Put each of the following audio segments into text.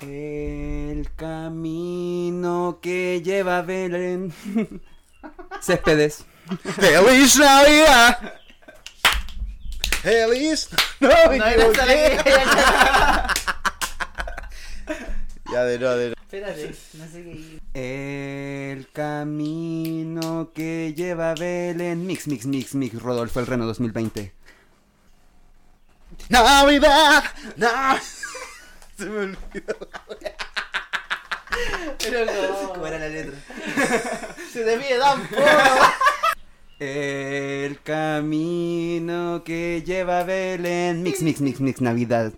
El camino que lleva a Belén. Céspedes. ¡Feliz Navidad! ¡Feliz No, y no sale Navidad! que- Ya de no, de no. Espérate, no sé qué. El camino que lleva a Belén. Mix, mix, mix, mix. Rodolfo el Reno 2020. ¡Navidad! ¡Nav- Se me olvidó. Pero como. la letra? Se te pide tampoco. El camino que lleva a Belén. Mix, mix, mix, mix. Navidad.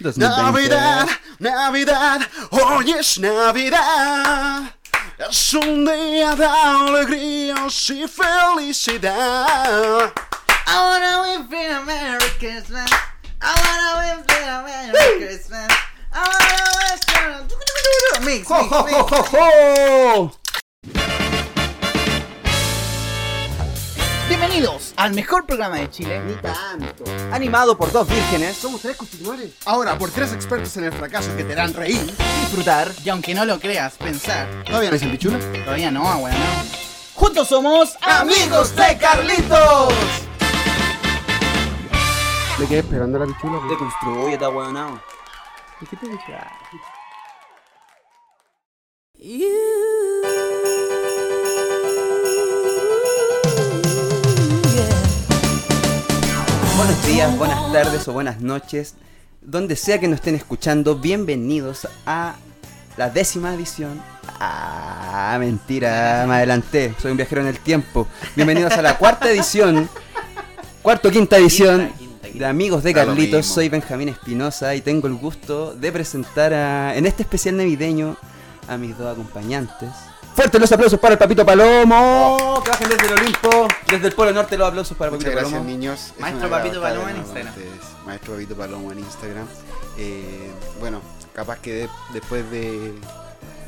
2020. Navidad, Navidad, hoy es Navidad. Es un día de alegrías y felicidad. I wanna win for a Merry Christmas. I wanna win for a Merry Christmas. I wanna win for a. Mix, ¡Jo, jo, mix, jo, mix. jo, jo! Bienvenidos al mejor programa de Chile. Animado por dos vírgenes. Somos tres constitucionales. Ahora, por tres expertos en el fracaso que te harán reír. Disfrutar. Y aunque no lo creas, pensar. ¿Todavía no es el bichuna? Todavía no, weón. Juntos somos ¡Amigos de Carlitos! Me quedé esperando a la bichuna. Deconstruyete, ahueonao. Ah. Buenos días, buenas tardes o buenas noches. Donde sea que nos estén escuchando, bienvenidos a la décima edición. Ah, mentira, me adelanté. Soy un viajero en el tiempo. Bienvenidos a la cuarta edición. Cuarto, quinta edición de Amigos de Da lo Carlitos. mismo. Soy Benjamín Espinosa y tengo el gusto de presentar a, en este especial navideño a mis dos acompañantes. Fuertes los aplausos para el Papito Palomo. Que bajen desde el Olimpo. Desde el Polo Norte los aplausos para Muchas Papito gracias, Palomo. niños. Es Maestro un agrado Papito estar Paloma de en nuevo con Instagram. ustedes. Maestro Papito Paloma en Instagram. Eh, bueno, capaz que de- después de,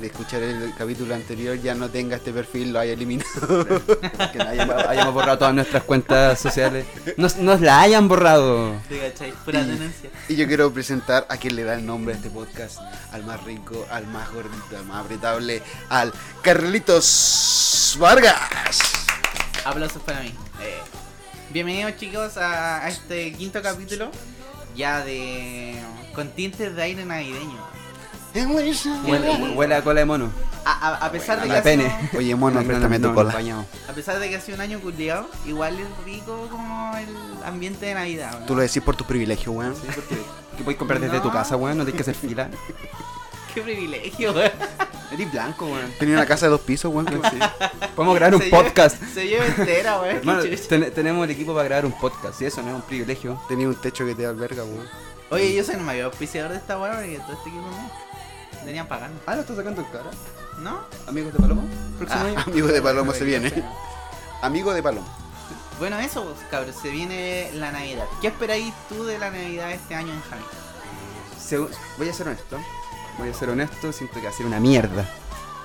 de escuchar el capítulo anterior ya no tenga este perfil, lo haya eliminado. Que no hayamos, Ah, hayamos borrado todas nuestras cuentas sociales. Nos, nos la hayan borrado. Te cachai, pura tenencia. y yo quiero presentar a quien le da el nombre a este podcast. Al más rico, al más gordito, al más apretable, al Carlitos Vargas. Aplausos para mí. Eh, Bienvenidos chicos a, a este quinto capítulo ya de con tintes de aire navideño. Huele, huele a cola de mono. A, a- a pesar de que la ha sido- pene. Oye, mono, No, préstame no, tu no, cola. bañado. a pesar de que ha sido un año culiado, igual es rico como el ambiente de Navidad. ¿no? Tú lo decís por tu privilegio, weón. Sí, porque, porque puedes comprar desde No. tu casa, weón. No tienes que hacer fila. Qué privilegio. weón. Eres blanco, weón. Tenía una casa de dos pisos, weón. Sí. Podemos grabar un Se lleva- podcast. Se lleva entera, weón. Hermano, Qué chucha. ten- tenemos el equipo para grabar un podcast. Y eso no es un privilegio. Tenía un techo que te alberga, weón. Oye, yo soy el mayor auspiciador de esta weá porque todo este equipo no. Tenían pagando. Ah, lo estás sacando en cara. ¿No? Amigos de Palomo. Ah, Próximo año. amigo de Palomo se viene. Amigo de Palomo. Bueno, eso, pues, cabros, se viene la Navidad. ¿Qué esperáis tú de la Navidad este año en Jaén? Segu- voy a ser honesto. Voy a ser honesto, siento que va a ser una mierda.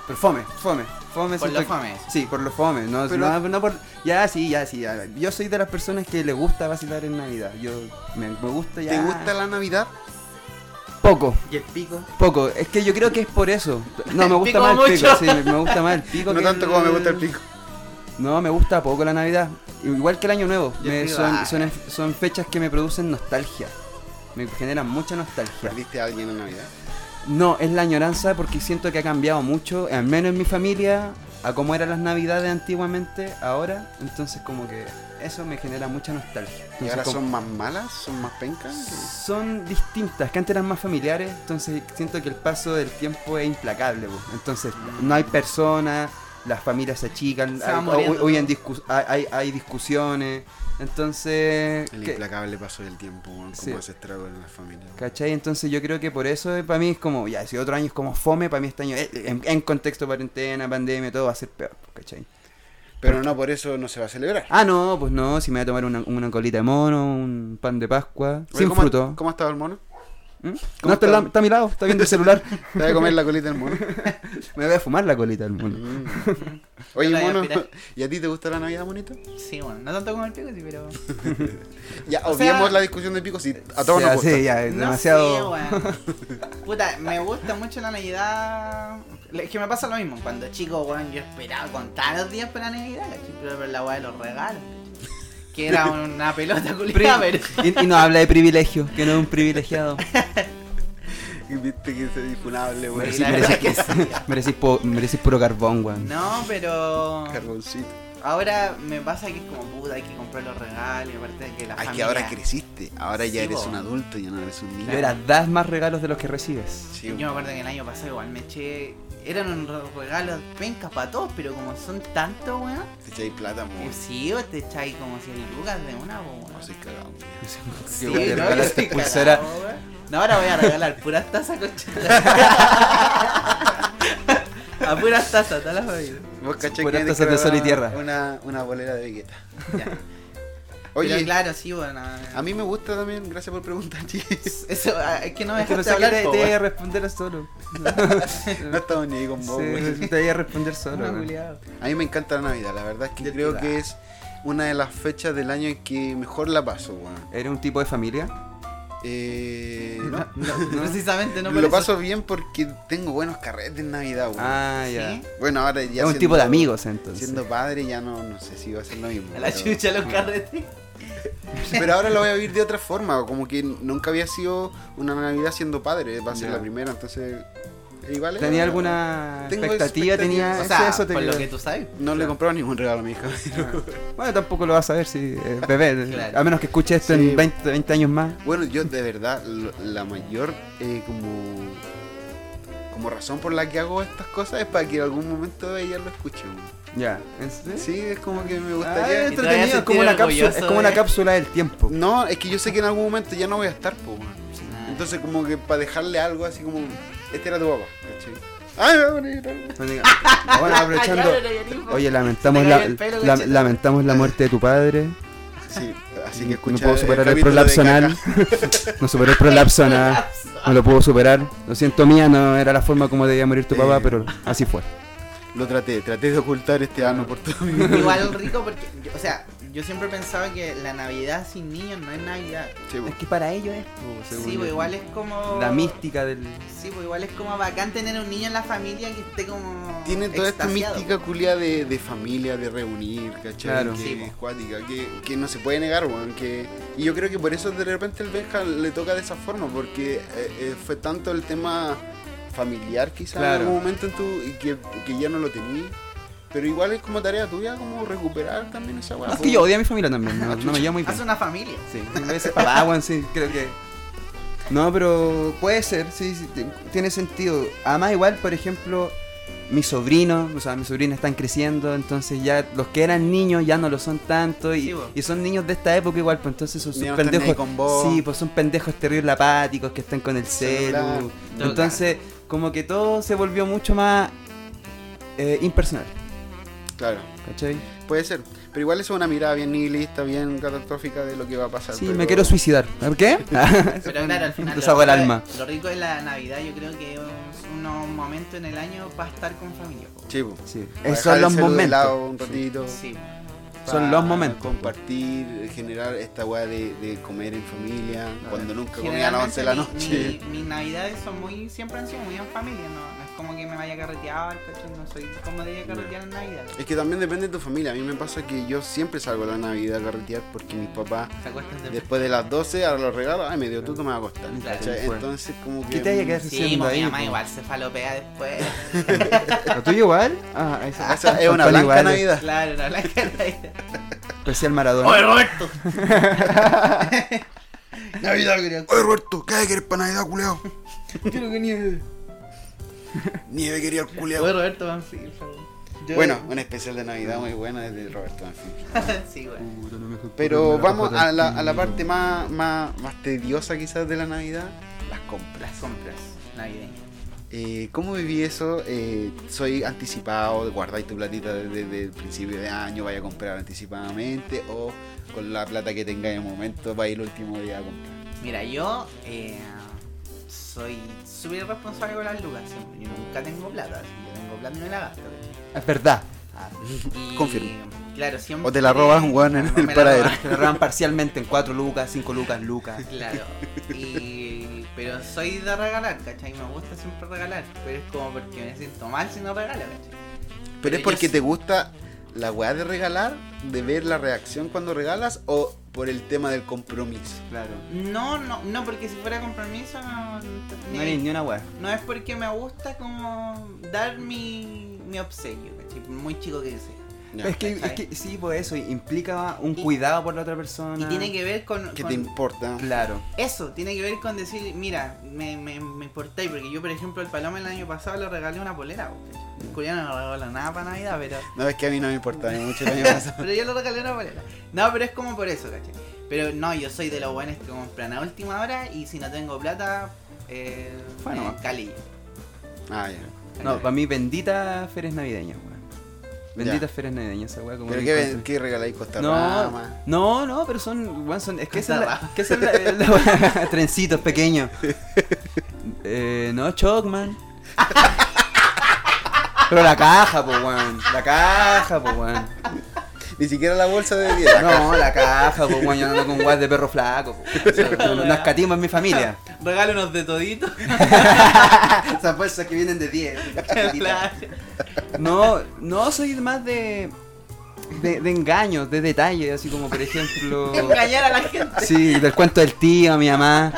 Pero fome, fome, fome. Por siento lo que- fome. Sí, por lo fome. No, Pero- no, no por... Ya, sí, ya, sí. ya. Yo soy de las personas que le gusta vacilar en Navidad. Yo me, me gusta ya. ¿Te gusta la Navidad? Poco, ¿Y el pico? poco. Es que yo creo que es por eso. No, me El gusta pico más el pico. mucho. Sí, me me gusta más el pico. No que tanto como me gusta el pico. No, me gusta poco la Navidad. Igual que el Año Nuevo. Yo Me- digo, son, ah. son, son fechas que me producen nostalgia. Me generan mucha nostalgia. ¿Perdiste a alguien en Navidad? No, es la añoranza porque siento que ha cambiado mucho, al menos en mi familia, a cómo eran las navidades antiguamente, ahora. Entonces como que eso me genera mucha nostalgia. ¿Y Entonces, ahora como- son más malas? ¿Son más pencas? son distintas, que antes eran más familiares, entonces siento que el paso del tiempo es implacable. po. Entonces no hay personas, las familias se achican, Se va hay, muriendo hoy- hoy todo. en discus- hay, hay- hay discusiones. Entonces... El que- implacable paso del tiempo, weón. Sí. Como ese estrago en la familia. ¿Cachai? Entonces yo creo que por eso eh, para mí es como, ya, si otro año es como fome, para mí este año, eh, en, en contexto cuarentena, pandemia, todo va a ser peor, pues, ¿cachai? Pero no por eso no se va a celebrar. Ah, no, pues no, si me voy a tomar una, una colita de mono, un pan de Pascua, Oye, sin ¿cómo ha- fruto. ¿Mm? ¿Cómo ha estado el mono? No, está, al lado- está a mi lado, está viendo el celular. Te voy a comer la colita del mono. Me voy a fumar la colita del mundo. Mm. Oye, la voy a mono, aspirar. ¿y a ti te gusta la Navidad, monito? Sí, bueno, no tanto como el pico, sí, pero. Ya, O obviamos sea- la discusión de pico, si a todos O sea, nos gusta. sí, ya, es demasiado. No sé, weón. Puta, me gusta mucho la Navidad. Es que me pasa lo mismo. Cuando chico, weón, yo esperaba contar los días para Navidad, cachai, pero era la weá de los regalos. cachai. Que era una pelota culiada, pero. y, y no habla de privilegio, que no es un privilegiado. Viste que es difunable, Pero güey. Merecí, la merecí, verdad que sí. merecí po- merecí puro carbón, weón. No, pero. Carboncito. Ahora me pasa que es como puta, hay que comprar los regalos, y aparte de que la Ay, que familia. ahora creciste. Ahora ya Sí, eres po. un adulto, ya no eres un niño. Y ahora das más regalos de los que recibes. Sí, Yo me acuerdo que el año pasado igual me eché. Eran unos regalos pencas para todos, pero como son tantos, weón. te echáis plata, eh, mono. Sí, o te echáis como 100 lucas de una, po, weón. No soy cagado. güey. Que Sí, weón, le no, yo regalaste estoy pulsera. cagado, weón. No, ahora voy a regalar puras tazas conchita. A puras tazas, todas las familias. Vos caché Puras que tazas de sol y tierra. Una, una bolera de vigueta. Ya. Oye, Pero claro, sí, bueno. a mí me gusta también, gracias por preguntar, chicos. Eso, ah, es que no me Es que no dejaste sé qué hablar, te, po, te voy a weón. responder solo. No estamos ni ahí con vos, güey. Sí, te voy a responder solo. Ah, weón. culiao. A mí me encanta la Navidad, la verdad es que Yo creo te- que es una de las fechas del año en que mejor la paso, weón. ¿Eres un tipo de familia? Eh, no, Precisamente no lo parece. paso bien porque tengo buenos carretes en Navidad, weón. Ah, ¿Sí? ya. Bueno, ahora ya. es un siendo- tipo de amigos, entonces. Siendo padre ya no, no sé si va a ser lo mismo. A la pero- Ah. chucha Ah. los carretes. Pero ahora lo voy a vivir de otra forma, como que nunca había sido una Navidad siendo padre, va a ser Ya. la primera, entonces... Igual ¿eh? es- ¿Tenía alguna Tengo expectativa? ¿Tenía expectativa. O Sí, sea, Ah, eso te por lo creo. que tú sabes. No le he comprado ningún regalo a mi hija. Bueno, tampoco lo vas a ver si eh, bebé, Claro. a menos que escuche esto Sí. en 20, 20 años más. Bueno, yo de verdad, lo- la mayor eh, como como razón por la que hago estas cosas es para que en algún momento ella lo escuche. weón. Ya. ¿En- Sí, es como que Ah, me es gustaría... que- te vayas a entretenido, es como, sentir una cápsula, es orgulloso como una de- cápsula del tiempo. No, es que yo sé que en algún momento ya no voy a estar, po, weón. Ah. Entonces como que para dejarle algo así como... Este era tu papá, ¿cachai? ¡Ay, Ah, me va a poner algo! No diga- Ah, Bueno, Ah, aprovechando. Ya, ya, ya, ya. Oye, lamentamos Se te la, cayó el pelo, la- cachete. lamentamos la muerte de tu padre. Sí, así que no escucha... puedo superar el capítulo de prolapso caca. anal. No superó el prolapso anal. No lo puedo superar. Lo siento, mía, no era la forma como debía morir tu Eh. papá, pero así fue. Lo traté, traté de ocultar este ano por todo mi vida. Igual rico porque, yo- o sea, yo siempre pensaba que la Navidad sin niños no es Navidad. Sí, po. que para ellos es. Uh, Sí, pues igual es como... La mística del. Sí, pues igual es como bacán tener un niño en la familia que esté como... Tiene toda esta extasiado. mística culia de, de familia, de reunir, ¿cachai? Claro. Que Sí, po. es cuática, que, que no se puede negar, weón. Que... Y yo creo que por eso de repente el Benja le toca de esa forma, porque eh, eh, fue tanto el tema familiar quizá Claro. en algún momento en tu, y que, que ya no lo tenías. Pero igual es como tarea tuya como recuperar también esa weá. No, es po. que yo odio a mi familia también, no, Ah, no chucha. me llevo muy bien. Hace una familia. Sí, me dice papá, weón, ah, sí, creo que. No, pero puede ser, sí, sí, t- tiene sentido. Además, igual, por ejemplo, mis sobrinos, o sea, mis sobrinos están creciendo, entonces ya los que eran niños ya no lo son tanto y, Sí, po. y son niños de esta época igual, pues entonces son, son Ya no están pendejos. ahí con vos. Sí, pues son pendejos terribles apáticos que están con el Celular. celu. Entonces, como que todo se volvió mucho más eh, impersonal, Claro, ¿cachai? puede ser. Pero igual eso es una mirada bien nihilista, bien catastrófica de lo que va a pasar. Sí, pero- me quiero suicidar. ¿Por qué? Pero claro, al final. Un desahogo lo al rico alma. de- Lo rico de la Navidad, yo creo que es unos momentos en el año para estar con familia. po. Sí, po. Sí, Para esos dejar son el los celu de momentos. lado un ratito. Sí. Son pa- los momentos. Compartir, generar esta weá de, de comer en familia, cuando nunca comía a las 11 Generalmente de la mi- noche. mi- mis navidades son muy, siempre han sido muy en familia, no, no es como que me vaya a carretear, ¿cachai? no soy como de ir a carretear en Navidad. Es que también depende de tu familia. A mí me pasa que yo siempre salgo a la Navidad a carretear porque mis papás, ¿Te acuestas de después de las 12, ahora los regalos, ay, me dio tú, tú me vas a acostar. Claro. ¿cachai? Entonces, como que. ¿Qué te haya que hacer? Sí, mo, ahí, mi mamá po. igual se falopea después. ¿La tuya igual? Ah, Ah, esa, o sea, es una Son blanca iguales. Navidad. claro, no la carreta. Especial Maradona. Roberto! Navidad, Oye, Roberto, ¿qué hay que querer para Navidad, culeado? Quiero que nieve. Nieve quería el Oye, culeado. Roberto Manfield. por favor. Yo- Bueno, una especial de Navidad muy buena desde Roberto, en fin. sí, bueno. Pero vamos a la, a la parte más, más, más tediosa quizás de la Navidad, Uh, las compras. Las compras navideñas. Eh, ¿Cómo viví eso? Eh, soy anticipado, guardáis tu platita desde, desde el principio de año, vaya a comprar anticipadamente o con la plata que tengáis en el momento, vais el último día a comprar. Mira, yo eh, soy súper irresponsable con las lucas. siempre. Yo nunca tengo plata. Si yo tengo plata, me la gasto. ¿cachai? Es verdad. Y, Confirmo. Claro, siempre. O te la robas un weón en No, el me la paradero. roba. Te lo roban parcialmente en 4 lucas, 5 lucas, lucas. Claro. Y, pero soy de regalar, ¿cachai? Me gusta siempre regalar. Pero es como porque me siento mal si no regalo, ¿cachai? Pero es yo porque sí- te gusta la weá de regalar, de ver la reacción cuando regalas o por el tema del compromiso. Claro. No, no, no, porque si fuera compromiso no. No hay ni una weá. No es porque me gusta como dar mi, mi obsequio, ¿cachai? Por Muy chico que sea. Ya. Es que, es ¿cachai? que sí, pues eso implica un Y- cuidado por la otra Y persona. tiene que ver con, ¿Qué con Ah. te importa? Claro. eso, tiene que ver con decir, mira, me, me, me importáis, porque yo por ejemplo al Paloma el año pasado le regalé una polera, po, ¿cachai? El culiao no le regaló nada para Navidad, pero... No, es que a mí no me importa ni mucho el año pasado. Pero yo le regalé una polera. No, pero es como por eso, ¿cachai? Pero no, yo soy de los buenos que compran a última hora y si no tengo plata, eh, Fue nomás. eh, Cali. Ah, ya. No, para mí, bendita ferias navideñas, weón. Benditas Ya. ferias navideñas, esa weá. como ¿Pero que qué, encuentro- qué regaláis Costa No, Rama? no, no, pero son, weón, son es que esa es la, Rama. que esa es la- la- trencitos pequeños. Eh, no, Chocman. Pero la caja, pues, weón. La caja, pues, weón. Ni siquiera la bolsa de 10. No, la caja, pues, weón. Yo ando con guas de perro flaco. po. O sea, no no escatima en mi familia. Regalo unos de todito. Esas bolsas que vienen de 10. Claro. No, no, soy más de, de, de engaños, de detalles, así como, por ejemplo... Engañar a la gente. Sí, del cuento del tío, a mi mamá.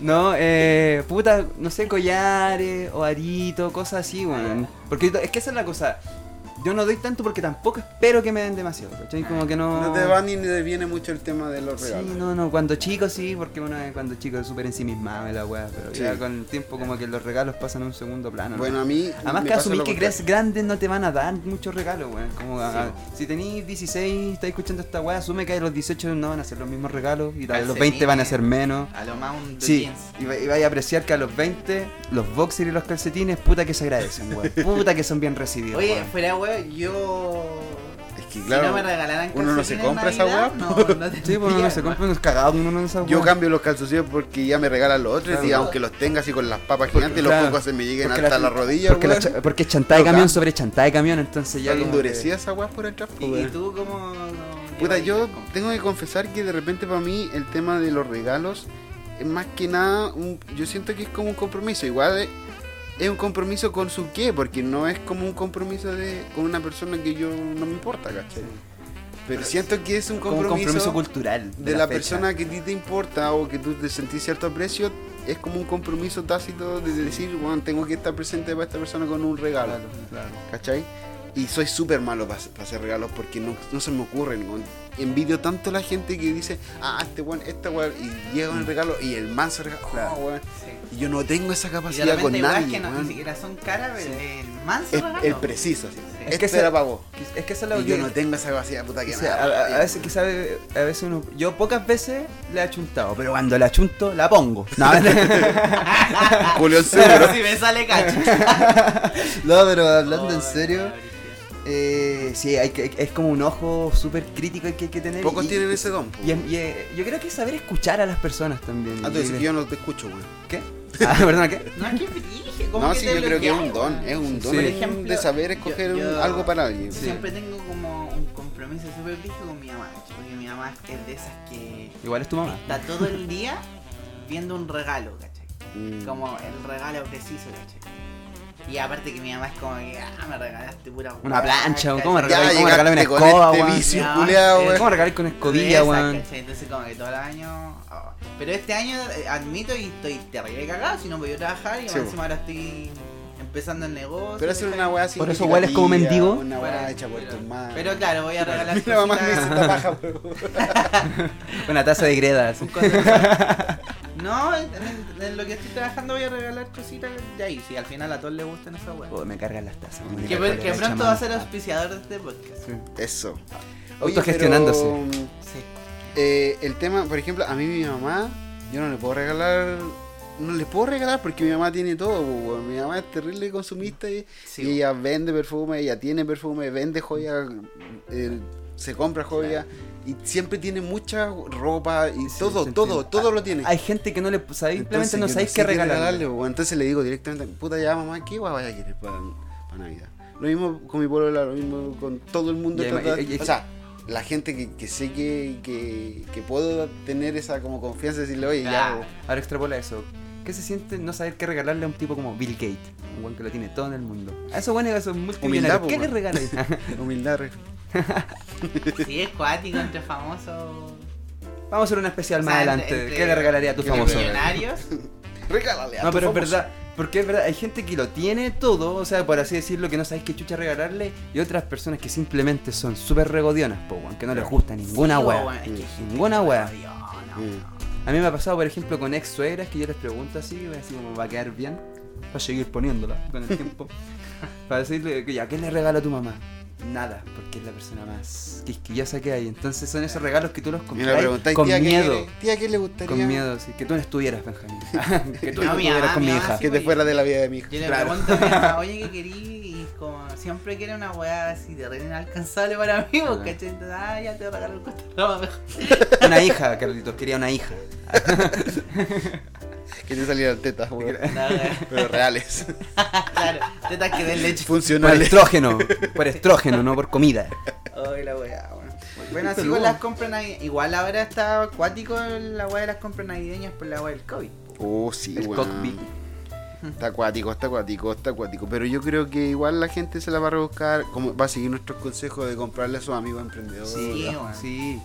No, eh, puta, no sé, collares o arito, cosas así, weón. Porque yo- es que esa es la cosa. Yo no doy tanto porque tampoco espero que me den demasiado, ¿cachai? Como que no. No te va ni te viene mucho el tema de los Ah. Sí, regalos. no, no, cuando chico sí, porque uno es cuando chico es súper ensimismado y la weá, pero Sí. ya con el tiempo como que los regalos pasan a un segundo plano. ¿no? Bueno, a mí. Además me que pasa asumir lo que contrario. crees grande no te van a dar muchos regalos, weón. Como a- si tenéis 16, estáis escuchando esta weá, asume que a los 18 no van a ser los mismos regalos y a los Calcetines. 20 van a ser menos. A Ah, lo más un de Sí, jeans. y, va- y vais a apreciar que a los 20 los boxers y los calcetines, puta que se agradecen, weón. Puta que son bien recibidos, Oye, weón. fuera weón, yo. Es que, si claro, no me regalaran uno no se calcetines en compra esa Navidad, weá, No, no Sí, pues uno no se tendría, compra unos cagados, uno no se Yo cambio los calzoncillos porque ya me regalan los otros y Claro. aunque los tenga así con las papas Porque, gigantes, claro, los pocos se me lleguen porque hasta la- las rodillas. porque, la weón. cha- porque es chantada de Loca. camión sobre chantada de camión, entonces ya Están como que- endurecidas esas weas por el tráfico, weón. ¿Y, weón. y tú cómo.? Puta, qué yo compras? tengo que confesar que de repente para mí el tema de los regalos es más que nada, un- yo siento que es como un compromiso. Igual es, es un compromiso con su qué, porque no es como un compromiso de con una persona que yo no me importa, ¿cachai? Pero siento que es un como un compromiso, compromiso cultural de, la, fecha. persona que a ti te importa o que tú te sentís cierto aprecio. Es como un compromiso tácito de decir, bueno, tengo que estar presente para esta persona con un regalo. Claro, claro. ¿cachai? Y soy súper malo para hacer regalos porque no, no se me ocurren. weón. Envidio tanto a la gente que dice, ah, este weón, esta weón, y llega Mm. un regalo y el man se regala. Claro. "Oh, weón". Sí. Y yo no tengo esa Y de capacidad repente con hay weas nadie. que no, weón. ni siquiera son caras, pero el manso Es- regalo. el preciso, así. Sí. Es que Este ese- era pago. Es que esa es la Y yo que- no tengo esa capacidad, puta que o me sea, da a, a- a rabia. veces que sabe, a veces uno, yo pocas veces le he achuntado, pero cuando le achunto la pongo. No, no, Julio el Pero Ah, Seguro. si me sale cacho. pero hablando en serio, eh, sí, hay que, es como un ojo súper crítico que hay que tener. Pocos y- tienen ese don. po. y es- y es- yo creo que es saber escuchar a las personas también. Ah, tú decís que yo no te escucho, weón. ¿Qué? Ah, perdón, ¿qué? No, es que dije, como No, que sí, te yo creo que es bloqueáis, un don. weón. Es un don Sí. Por de ejemplo, saber escoger yo- un- yo- algo para alguien. Sí. Siempre tengo como un compromiso súper fijo con mi mamá, ¿cachai? porque mi mamá es de esas que Igual es tu mamá. está todo el día viendo un regalo, ¿cachai? Mm. Como el regalo preciso, ¿cachai? Y aparte que mi mamá es como que, ah, me regalaste pura Una weá, plancha, ¿cachai? ¿cómo me Ya regaláis ¿Cómo regaláis una llegaste con escoba, este weón? vicio, No, culiao, eh, weón. ¿Cómo regalar con escobilla, Esa, weón? ¿cachai? Entonces como que todo el año... oh. Pero este año eh, admito y estoy terrible cagado, si no voy a trabajar y más Sí, encima ahora estoy empezando el negocio. Pero hacer ¿cachai? una weá Por eso hueles como mendigo. significativa, Una Bueno, weá hecha por pero- tu madre. Pero claro, voy a regalar Mira, mamá me cositas- dice esta paja, weón. Una taza de gredas. un control. No, en, en- en lo que estoy trabajando voy a regalar cositas de ahí. Si al final a todos les gustan esas Oh, weas. me cargan las tazas. weón. Que, Me que cargan pronto las va a ser chamas. auspiciador de este podcast. Sí. Eso. Autogestionándose. pero, Sí. eh, el tema, por ejemplo, a mí mi mamá, yo no le puedo regalar. No le puedo regalar porque mi mamá tiene todo, weón. Mi mamá es terrible consumista y, Sí, y ella vende perfume, ella tiene perfume, vende joyas, eh, se compra joyas y siempre tiene mucha ropa y Sí, todo, se todo, entiende. Ah, todo lo tiene. Hay gente que no le sabéis, Entonces, simplemente no yo sabéis sé qué regalarle. weón. Entonces le digo directamente, puta ya mamá, ¿qué guay vaya a querer para, para Navidad? Lo mismo con mi polola, lo mismo con todo el mundo. Y además- trata- y- y- o sea, la gente que, que sé que, que, que puedo tener esa como confianza y decirle, oye, Claro. ya, Ahora extrapola eso. ¿Qué se siente no saber qué regalarle a un tipo como Bill Gates? Un buen que lo tiene todo en el mundo. A esos buenos que son multimillonarios. Humildad, po, ¿Qué le weón. regaláis? humildad. re- Sí, es cuático entre famosos. Vamos a hacer una especial O más sea, entre- adelante. entre ¿Qué le regalaría a tu entre famoso? Millonarios. Regálale a No, tu pero es famoso. verdad. Porque es verdad, hay gente que lo tiene todo, o sea, por así decirlo, que no sabéis qué chucha regalarle, y otras personas que simplemente son súper regodionas, po, weón, que no les gusta ninguna Sí, wea. Mm, weón, es que hay gente Ninguna que wea. no, este Dios, no. Mm. A mí me ha pasado, por ejemplo, con ex suegras que yo les pregunto así, voy así como va a quedar bien, va a seguir poniéndola con el tiempo. para decirle, que ya, ¿qué le regalo a tu mamá? Nada, porque es la persona más quisquillosa que hay. Entonces son esos regalos que tú los Y le compras preguntáis, con tía, ¿qué miedo. quiere? tía, ¿qué le gustaría? Con miedo, sí. Que tú no estuvieras, Benjamín. que tú No, no, mi estuvieras mamá, con mi mi mamá hija. sí. Que te fuera de la vida de mi hija. Yo le Claro. pregunto a mi mamá, oye, ¿qué querí? Y como siempre quiere una weá así de re inalcanzable para mí, Ah. porque ¿cachai? Entonces, ah, ya te voy a regalar un costarrama mejor. Una hija, Carlitos, quería una hija. Que te salieran tetas, weón. No, weá. Pero reales. claro, tetas que den leche. Por Funcionales. estrógeno, por estrógeno, no por comida. Ay, la weá, bueno. Bueno, así Pero con no. las compras navideñas. Igual ahora está acuático la weá de las compras navideñas por la weá del COVID. Oh, sí, El weón. cockpit. Está acuático, está acuático, está acuático. Pero yo creo que igual la gente se la va a rebuscar. Como va a seguir nuestros consejos de comprarle a sus amigos emprendedores. Sí, weón. weón. Sí.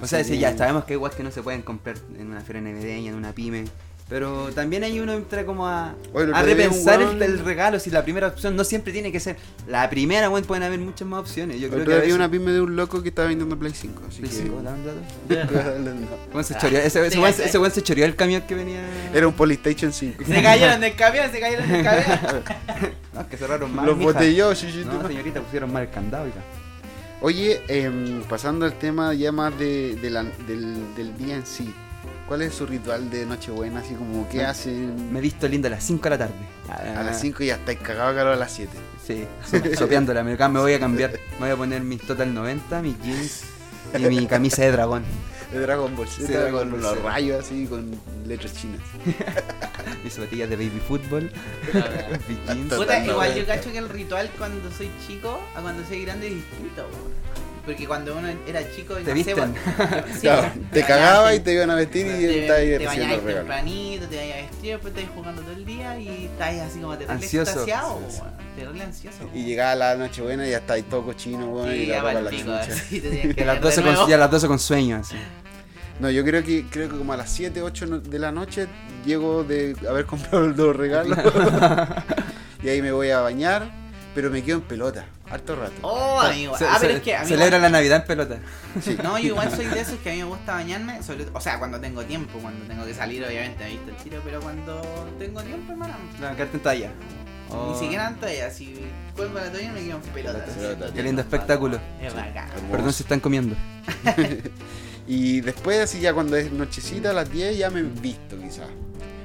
O sea, sí, ya sabemos que hay guas que no se pueden comprar en una feria navideña, en una pyme. Pero también hay uno entra como a, Oye, el a otro día repensar un el, weón- el regalo. Si la primera opción no siempre tiene que ser la primera, bueno, pueden haber muchas más opciones. Yo creo que Otro a día vi veces- una pyme de un loco que estaba vendiendo Play 5. Así Play que- 5, ¿da un dato? No. Weón, se choreó- ese- ese Sí, weón- sí. Ese weón se choreó el camión que venía. Era un Polystation 5. Se cayeron del camión, se cayeron del camión. No, que cerraron mal. Los mija. botelló, sí, sí, No, tú- señorita, pusieron mal el candado. hija. Oye, em, pasando al tema ya más de, de la- del, del día en sí. ¿Cuál es su ritual de Nochebuena? Así como, ¿qué Me- hacen? Ah. Me he visto lindo a las 5 de la tarde. Ah, A las 5 y hasta cagado caro a las 7. Sí, so- sopeándola. Me, me voy a cambiar. Me voy a poner mis Total 90, mis jeans y mi camisa de dragón. De Dragon Ball Sí, Z, Dragon con Ball los Z. rayos así, con letras chinas. Mis zapatillas de baby fútbol. mis jeans. Total Puta, igual yo 90. cacho que el ritual cuando soy chico a cuando soy grande es distinto, weón. Porque cuando uno era chico, Te no sé, visten. weón, sí, Claro, weón, te bañaste, cagaba y te iban a vestir y te, estabas ahí te recibiendo bañabas el regalo. tempranito, te bañabas vestido, después estás jugando todo el día y estás así como terrible Ansioso. extasiado, Ansioso. weón. Terrible ansioso. Y weón. llegaba la Nochebuena y ya estáis todo cochino, weón, y la Sí, ya ropa para a la el pico, eh. chucha. así te tenías que Y a las ver 12 de con, nuevo. y a las 12 con sueño, así. No, yo creo que creo que como a las 7, 8 no- de la noche llego de haber comprado los dos regalos. y ahí me voy a bañar, pero me quedo en pelota, harto rato. Oh, amigo. Ce- ah, pero ce- es que a mí celebra la Navidad en pelota. No, yo igual soy de esos que a mí me gusta bañarme, sobre- o sea, cuando tengo tiempo, cuando tengo que salir, obviamente, me visto el tiro, pero cuando tengo tiempo, hermano, La carta en talla. Oh, ni siquiera en toalla, si cuelgo la toalla me quedo en pelotas. Pelota, Qué lindo espectáculo. Es bacán. Hermoso. Perdón si están comiendo. Y después, así ya cuando es nochecita, a las 10 ya me visto quizás.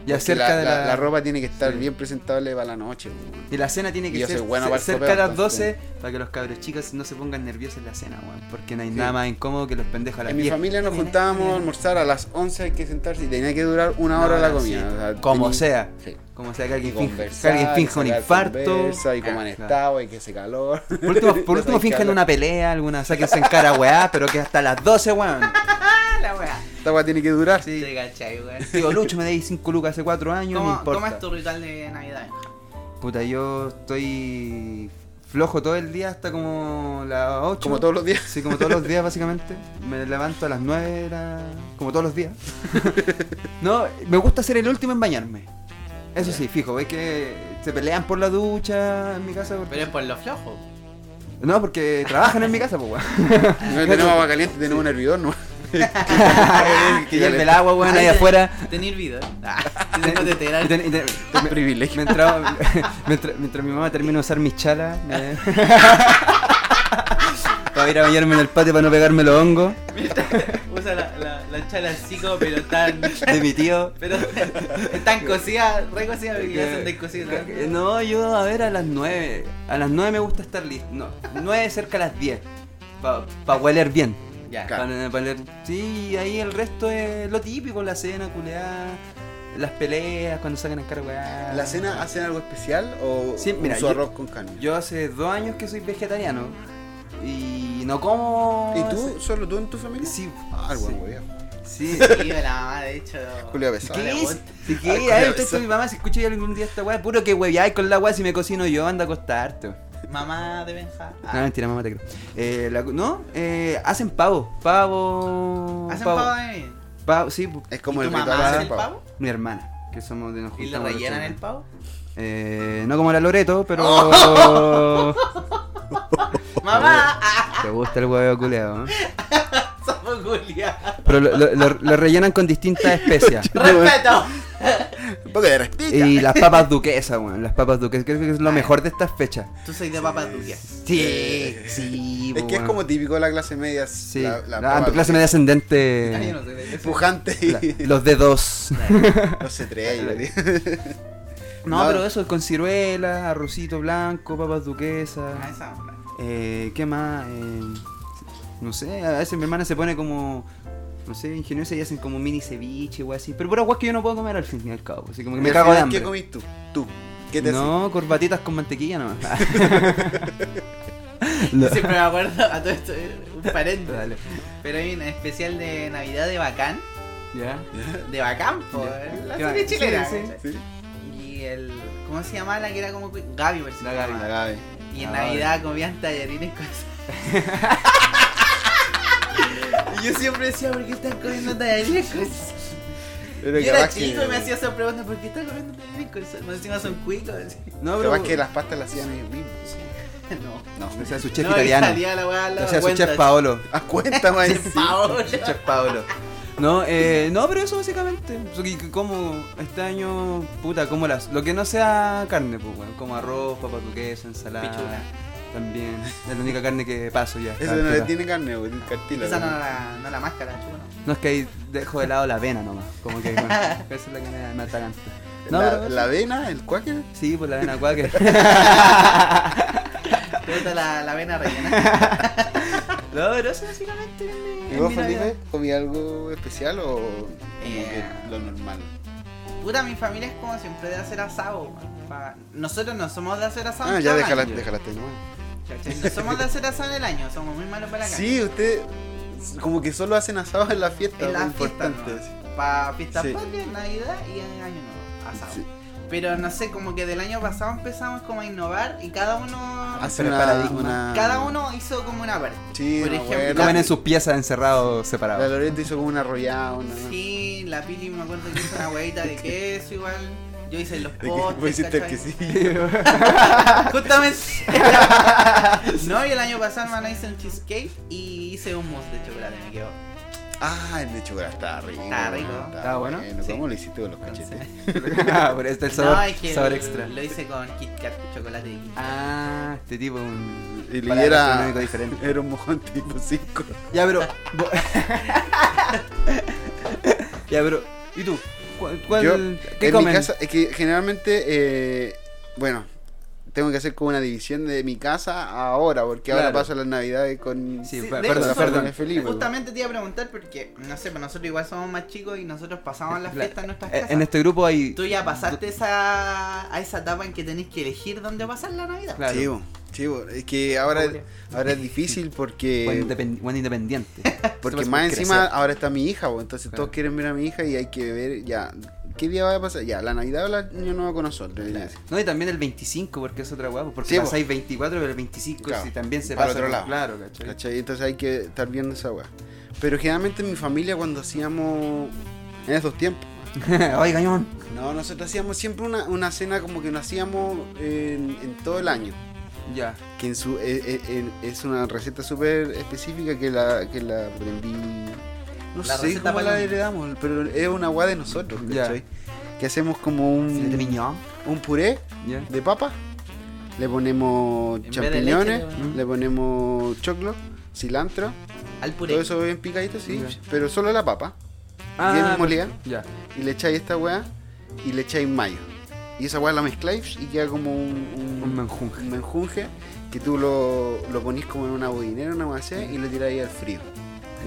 Ya Porque cerca la, de la- la, la ropa tiene que estar Sí. bien presentable para la noche. weón. Y la cena tiene que Yo ser soy bueno ce- para el cerca copeo, de las entonces. 12 para que los cabros chicos no se pongan nerviosos en la cena, weón. Porque no hay Sí. nada más incómodo que los pendejos a las En mi 10. familia nos juntábamos a almorzar a las 11, hay que sentarse y tenía que durar una Una hora la hora, comida. sí. o sea, Como tení- sea. Sí. Como sea que alguien, Y finja, que conversar, alguien finja un sacar infarto. conversa, y Ah, como han claro. estado, y que se calor. Por último, por último finjan una pelea, alguna, sáquense en cara, weá, pero que hasta las 12, weón. Ah, la weá. Esta weá tiene que durar. Te cachai, weón. Digo, Lucho, me deis 5 lucas hace 4 años, no me ¿Cómo, importa. ¿Cómo es tu ritual de Navidad? Puta, yo estoy flojo todo el día hasta como las 8. Como todos los días. Sí, como todos los días, básicamente. Me levanto a las 9, de la- como todos los días. no, me gusta ser el último en bañarme. Eso sí, fijo, ves que se pelean por la ducha en mi casa. porque- Pero es por los flojos. No, porque trabajan en mi casa, pues, weón. No tenemos agua caliente, tenemos un hervidor, ¿no? que lleven el agua, Pues, weón, ahí afuera. Tener vida. Ah, si tengo tetera. Y ten- y ten- Un privilegio. Mientras, mientras, mientras mi mamá termina de usar mis chalas, me... para ir a bañarme en el patio para no pegarme los hongos Usa la, la, la chala así como, pero tan. de mi tío. Pero tan cocida, re cocida, pero ya son descocidas. Eh, No, yo a ver a las 9. A las 9 me gusta estar listo. No, 9 cerca a las 10. Para hueler bien. Ya. Claro. Para, sí, y ahí el resto es lo típico, la cena, culeada, las peleas, cuando sacan en cara, weá. ¿La cena hacen algo especial o Sí, mira, su yo- arroz con carne? Yo hace dos años que soy vegetariano y no como... ¿Y tú? ¿Solo tú en tu familia? Sí. Ah, el sí. buen huevo. Sí. Sí, la mamá, de hecho. Julio Besada. ¿Qué Ahora, es? weón. ¿De qué? Ay, Ay, con la estoy besada. con mi mamá, si escucha ya algún día esta weá, puro que hueveáis con la weá, si me cocino yo, anda a acostarte. Mamá de Benja. No, Ah, mentira, mamá te creo. Eh, la- no, eh, hacen pavo, pavo... ¿Hacen pavo de mí? Pavo, sí, pu- Es ¿Y como el tu mamá ritual hace del el pavo. pavo? mi hermana, que somos de nos ¿Y le juntamos los rellenan el chilenos. pavo? Eh, no como la Loreto, pero... Oh, ¡Mamá! Te gusta el huevo culeado, ¿eh? ¡Somos Julia! Pero lo, lo- lo- lo rellenan con distintas especias. ¡Respeto! Un poco de respeto. Y las papas duquesas, weón. Las papas duquesas, creo que es lo mejor de estas fechas. Eh, Tú sois de papas duquia. Ah. Sí, Eh, sí, Es que es weón. como típico de la clase media. Sí, La, la, Ah, la la pava clase media ascendente. sé de eso. Pujante la- y los dedos. no se trae. No, No. pero eso es con ciruelas, arrocito blanco, papas duquesas. Ah, esa onda. Eh, ¿Qué más? Eh, no sé, a veces mi hermana se pone como. No sé, ingeniosa y hacen como mini ceviche o así. Pero pura guas que yo no puedo comer al fin y al cabo. Así como que me cago de hambre. ¿Qué comís tú? Tú. ¿Qué te haces? No, corbatitas con mantequilla nomás. Yo Lo- Siempre me acuerdo a todo esto, eh, un paréntesis. Dale. Pero hay un especial de Navidad de Bacán. ¿Ya? De Bacán, po, Ya. eh, la Claro. serie chilena. Sí, sí. ¿cachai? Sí. Y el. ¿Cómo se llamaba la que era como. cu- Gaby, por si La se Gaby, llamaba. La Gaby. Y en Gaby. Navidad comían tallarines con Y yo siempre decía, ¿por qué están comiendo tallarines con sal?" Pero Yo era capaz chico que- y me hacía esa pregunta, ¿por qué están comiendo tallarines con sal? Más encima son cuicos. así. No, Capaz que las pastas las hacían ellos mismos. No. No. O sea, su chef no, y italiano. salía la weá, la O sea, su cuenta, chef Paolo. A Ah, cuenta, más chef encima. Paolo. Chef Pablo. No, eh, no, pero eso básicamente. O sea, que- que Como este año, puta, como las. Lo que no sea carne, pues, weón. Como arroz, papas duquesa, ensalada. Pichula. También. Es la única carne que paso ya. Eso no le tiene carne, güey, cartílago. Esa no la, no la máscara, chupa, no. No, es que ahí dejo de lado la vena nomás. Como que, bueno, esa es la que me, me atraganta. No, la, pero. la avena, el cuáquer. Eh, Sí, pues la vena cuáquer. Te gusta la, la vena rellena. no, pero eso básicamente. es mi- ¿Y vos, es mi Navidad. Felipe, comí algo especial o como Eh. que lo normal? Puta, mi familia es como siempre de hacer asado. man. Pa- Nosotros no somos de hacer asado. Ah, en ya todo el déjala, año. déjala, ¿no? ¿Cachai? No somos de hacer asado en el año, somos muy malos para la Sí, usted como que solo hacen asados en la fiesta, En lo las importante. fiestas, Para fiestas Sí. patrias, Navidad y en Año Nuevo, asado. Sí. Pero no sé, como que del año pasado empezamos como a innovar y cada uno Hace Pero el una, paradigma. una- cada uno hizo como una parte. Sí, por no, ejemplo, bueno. Comen en sus piezas encerrados, La separados. Loreto hizo como una arrollada, una... Sí, la Pili me acuerdo que hizo una huevita de queso igual. Yo hice los ¿De qué? Vos postres, hiciste el Oh, que ¿cachai? sí. Justamente. no, y el año pasado hermano hice un cheesecake y hice un mousse de chocolate, me quedó. Ah, el de chocolate estaba rico. Estaba rico. Estaba bueno. Sí. ¿Cómo lo hiciste con los cachetes? Ah, pero este es el sabor, no, es que sabor lo- extra. Lo hice con Kit Kat chocolate de Kit Kat. Ah, este tipo es un. Y paladar le era, gastronómico diferente. era un mojón tipo 5. Ya, pero. vo- ya, pero. ¿Y tú? ¿Cuál, cuál- Yo, ¿Qué en comen? mi casa, es que generalmente, eh, bueno, tengo que hacer como una división de mi casa ahora, porque ahora Claro. paso las navidades con, Sí, Sí, per- de perdón, eso- perdón. con Felipe. Justamente te iba a preguntar porque, no sé, pero nosotros igual somos más chicos y nosotros pasamos las Claro. fiestas en nuestras Eh, casas. En este grupo hay. Tú ya pasaste esa, a esa etapa en que tenés que elegir dónde pasar la Navidad. Claro. Chivo, chivo. Es que ahora, Obvio. ahora es difícil buen, porque, independ- buen independiente. porque Somos más crecer. encima ahora está mi hija, bo, entonces Claro. todos quieren ver a mi hija y hay que ver ya. ¿Qué día va a pasar? Ya, la Navidad o el Año Nuevo con nosotros. ya. No, y también el 25, porque es otra guapo. Porque Sí, po. pasáis 24, pero el 25 Claro, si también se para pasa. otro con- lado. Claro, ¿cachai? ¿Cachai? Entonces hay que estar viendo esa weá. Pero generalmente en mi familia cuando hacíamos en esos tiempos. Ay, cañón. No, nosotros hacíamos siempre una, una cena como que no hacíamos en, en todo el año. Ya. Que en su, eh, eh, en- es una receta súper específica que la, que la aprendí. No La sé receta cómo la paloma. heredamos, pero es una agua de nosotros, Ya. ¿cachai? Que hacemos como Filete un, miñón. un puré Ya. de papa, le ponemos vez de champiñones, leche, le ponemos- le ponemos choclo, cilantro, Al puré. todo eso bien picadito, sí, Ya. pero solo la papa, Ah, bien molida, Ya. y le echáis esta weá y le echáis mayo. Y esa weá la mezcláis y queda como un, Un menjunje. un menjunje que tú lo, lo ponís como en una budinera, una macea y lo tiráis al frío.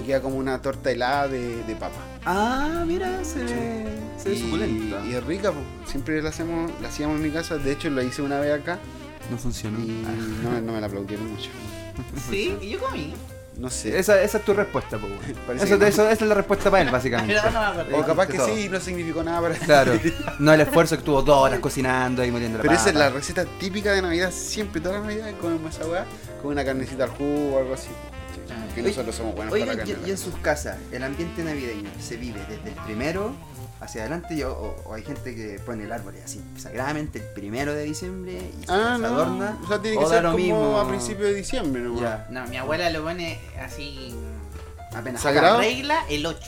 Y queda como una torta helada de, de papa. Ah, mira, se ve, se ve y, suculenta. y es rica, po. siempre la hacemos, la hacíamos en mi casa, de hecho lo hice una vez acá No Ah. funcionó. y no, no me la aplaudieron mucho. Sí, y yo comí. No sé. Esa, esa es tu respuesta, pues, Parece eso, que no. eso- esa es la respuesta para él, básicamente. Pero no me O acuerdo. capaz que todo. sí, no significó nada para Claro, no el esfuerzo que tuvo dos horas cocinando y moliendo la Pero esa es la papa. receta típica de Navidad, siempre, todas las Navidades comemos esa weá con una carnecita al jugo o algo así. Que Ah. Oye, nosotros somos buenos para la Oigan, carne. y, y en sus casas, el ambiente navideño se vive desde el primero hacia adelante, y- o, o hay gente que pone el árbol así sagradamente el primero de diciembre y se Ah, se no. adorna. O sea, tiene que o da ser lo como mismo. a principios de diciembre, ¿no? Ya, No, mi abuela lo pone así. apenas Sagrado. acá, Regla el 8.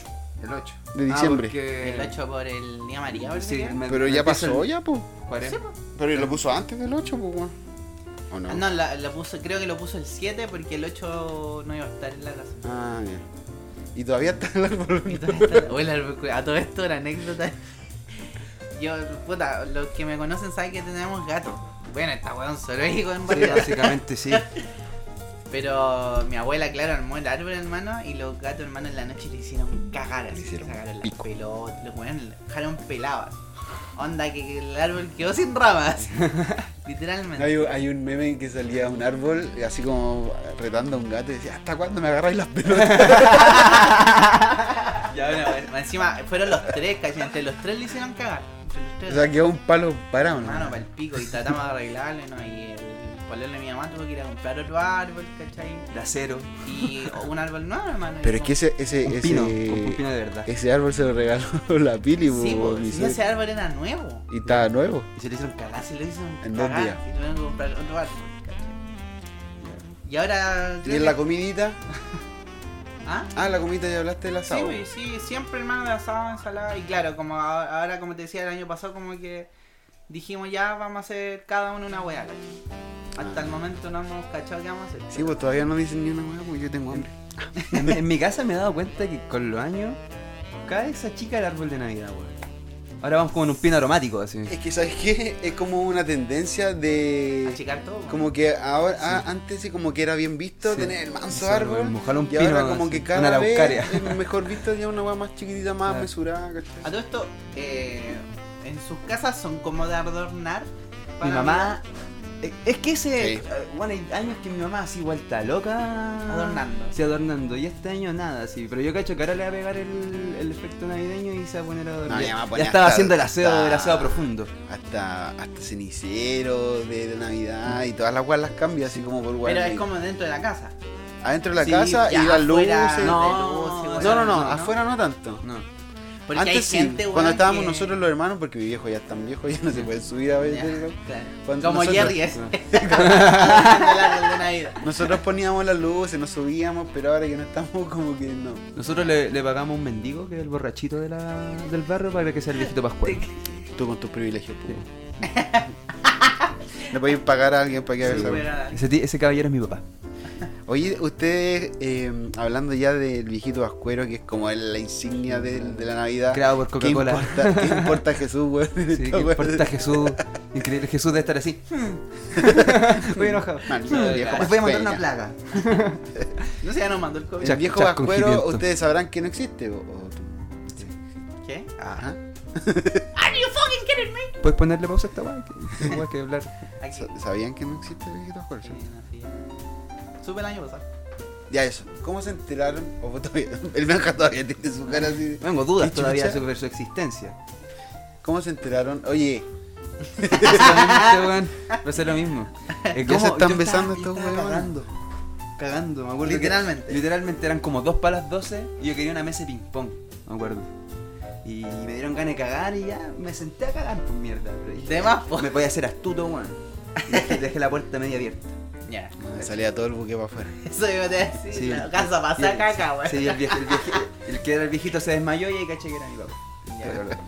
el 8. De diciembre. El 8 por el Día María, ¿verdad? Eh, Sí, me- Pero me ya empieza pasó, el Ah. ya, pues. cuarenta. Pero lo puso antes del 8, pues, weón. ¿O no? Ah, No, la, la puso, creo que lo puso el 7 porque el 8 no iba a estar en la casa. Ah, ya. Y todavía está el árbol. Y todo esto- Oye, la- a todo esto la anécdota. Yo, puta, los que me conocen saben que tenemos gatos. Bueno, está weón solo hijo en Sí, verdad. básicamente sí. Pero mi abuela, claro, armó el árbol, hermano, y los gatos, hermano, en la noche le hicieron cagar así. Le hicieron sacaron las pico. pelotas, los weón dejaron peladas. Onda que que el árbol quedó sin ramas. Literalmente. Hay, hay un meme en que salía un árbol, así como retando a un gato y decía, ¿hasta cuándo me agarráis las pelotas? Ya, bueno, bueno, pues, encima fueron los tres, casi entre los tres le hicieron cagar. Entre los o tres. sea, quedó un palo parado, Hermano, ¿no? para el pico, y tratamos de arreglarlo, ¿no? Y el pololo de mi mamá tuvo que ir a comprar otro árbol, ¿cachai? De acero. Y o un árbol nuevo, hermano. y Pero es que ese, ese, Un E- ese, pino, con un pino de verdad. ese árbol se lo regaló la Pili, como- Sí, po, pues, mi si suegra. ese árbol era nuevo. Y estaba nuevo. Y se le hicieron cagar. Cagá, se lo hizo un En dos cagá, días. Y tuvieron que comprar otro árbol, ¿cachai? Y ahora. ¿Y en la comidita? ¿Ah? Ah, la comidita ya hablaste del Sí, asado. güey, sí, siempre hermano de asado, ensalada. Y claro, como a- ahora, como te decía, el año pasado, como que dijimos ya vamos a hacer cada uno una weá, ¿cachai? Hasta Ah. el momento no hemos cachado qué vamos a hacer. Sí, pues todavía no dicen ni una hueá porque yo tengo hambre. En, en mi casa me he dado cuenta que con los años cae esa chica el árbol de Navidad, weón. Ahora vamos con un pino aromático, así. Es que, ¿sabes qué? Es como una tendencia Ah, de... Achicar todo. güey. Como que ahora, ah, antes sí como que era bien visto Sí. tener el manso Sí, árbol. weón, mojar un y ahora pino, como así, que una cada vez araucaria. es mejor visto ya una hueá más chiquitita, más Claro. mesurada. ¿cachai? A todo esto, eh, en sus casas son como de adornar. Mi para mamá. eh, Es que ese. Sí. eh, Bueno, hay años que mi mamá así vuelta loca. Adornando. Sí, adornando. Y este año nada, sí. Pero yo cacho que ahora le va a pegar el, el efecto navideño y se va a poner a dormir. No, mi mamá ya, pone estaba hasta- haciendo el aseo hasta- del aseo profundo. Hasta, hasta cenicero de, de Navidad y todas las hueás las cambia así como por hueá Pero es navideña. como dentro de la casa. Adentro de la Sí, casa ya, y las luces. afuera, No, No, de luces, no, no, no, ¿no? afuera no tanto. No. Porque Antes hay sí, gente, güey, cuando estábamos que- nosotros los hermanos, porque mi viejo ya es tan viejo, ya no se puede subir a Ya, veces. claro. Cuando Como nosotros- Jerry es. Adornando el árbol de Navidad. Nosotros poníamos las luces, nos subíamos, pero ahora que no estamos, como que no. Nosotros le, le pagamos a un mendigo, que es el borrachito de la, del barrio, para que sea el viejito Pascual. Tú con tus privilegios, pues. Le podéis pagar a alguien para que haga Sí, esa- güey, era- Ese, ti- ese caballero es mi papá. Oye, ustedes, eh, hablando ya del viejito vascuero, que es como la insignia del- de, la Navidad. Creado por ¿Qué Coca-Cola. importa, ¿Qué importa Jesús, güey? Sí, que importa Jesús. Increíble, Jesús debe estar así. Muy enojado. Maldito viejo Les voy a mandar Vascueña. una plaga. No sé, ya nos mandó el COVID. El Chac- viejo chascón vascuero, gimiento. ustedes sabrán que no existe. o- o tú. ¿Qué? Ajá. ¿Puedes ponerle pausa a esta weá? Que tengo que hablar. Aquí. Sa- ¿Sabían que no existe el viejito vascuero? Sí, así es. Supe el año pasado. Ya eso. ¿Cómo se enteraron? O vos todavía- el Benja todavía tiene su cara así. de- Tengo dudas ¿Qué todavía chucha? sobre su existencia. ¿Cómo se enteraron? Oye, Va a ser lo mismo este weón. Va a ser lo mismo. Eh, Ya ¿cómo? se están Yo besando estaba- yo estos estaba weones. Cagando. Cagando, me acuerdo. que- Literalmente. literalmente eran como dos palas 12 y yo quería una mesa de ping-pong, me acuerdo. Y me dieron ganas de cagar y ya me senté a cagar, pues mierda. Pero dije, De más, po. Me podía hacer astuto, weón. Y Dejé, dejé la puerta media abierta. Ya. me salía todo el buque para afuera. Eso iba a decir. Sí. La casa pasa Y- caca, güey. Sí, el, viejo- el, vieji- el que era el viejito se desmayó y ahí caché que era mi papá. Ya.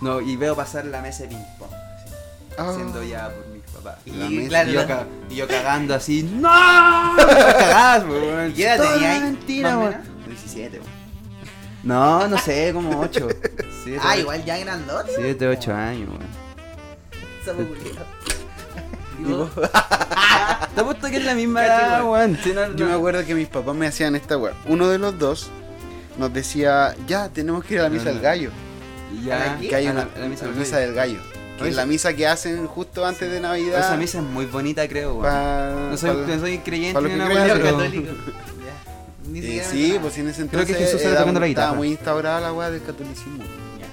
No, y veo pasar la mesa de ping-pong, Ah. siendo ya por mi papá. La Y mesa, claro, Y yo, la- ca- y yo cagando así, ¡No! Cagás, weón. ¿Qué edad Toda tenía ahí, mentira, más o weón. 17, weón. No, no sé, como 8. Ah, igual ya grandote. 7, 8 años, weón. sapo culiao. Y vos- Te apuesto que es la misma Cacha, edad, weón. Sí, no, Yo me no. acuerdo que mis papás me hacían esta weá. Uno de los dos nos decía, ya, tenemos que ir a la misa No, del no. gallo. Ya, ¿Qué? Que hay a una la- a la misa la del misa gallo. del gallo. Que Oye, es la misa que hacen justo antes de Navidad. Esa misa es muy bonita, creo, weón. pa- Eh, No soy, pa- no soy creyente pa' lo ni que una creas, weá, Culiao pero- pero. católico. Ya. Ni Eh, siquiera me sí, sonaba. pues en ese Creo entonces que Jesús era era- tocando la guitarra. estaba muy instaurada la weá del catolicismo. Ya.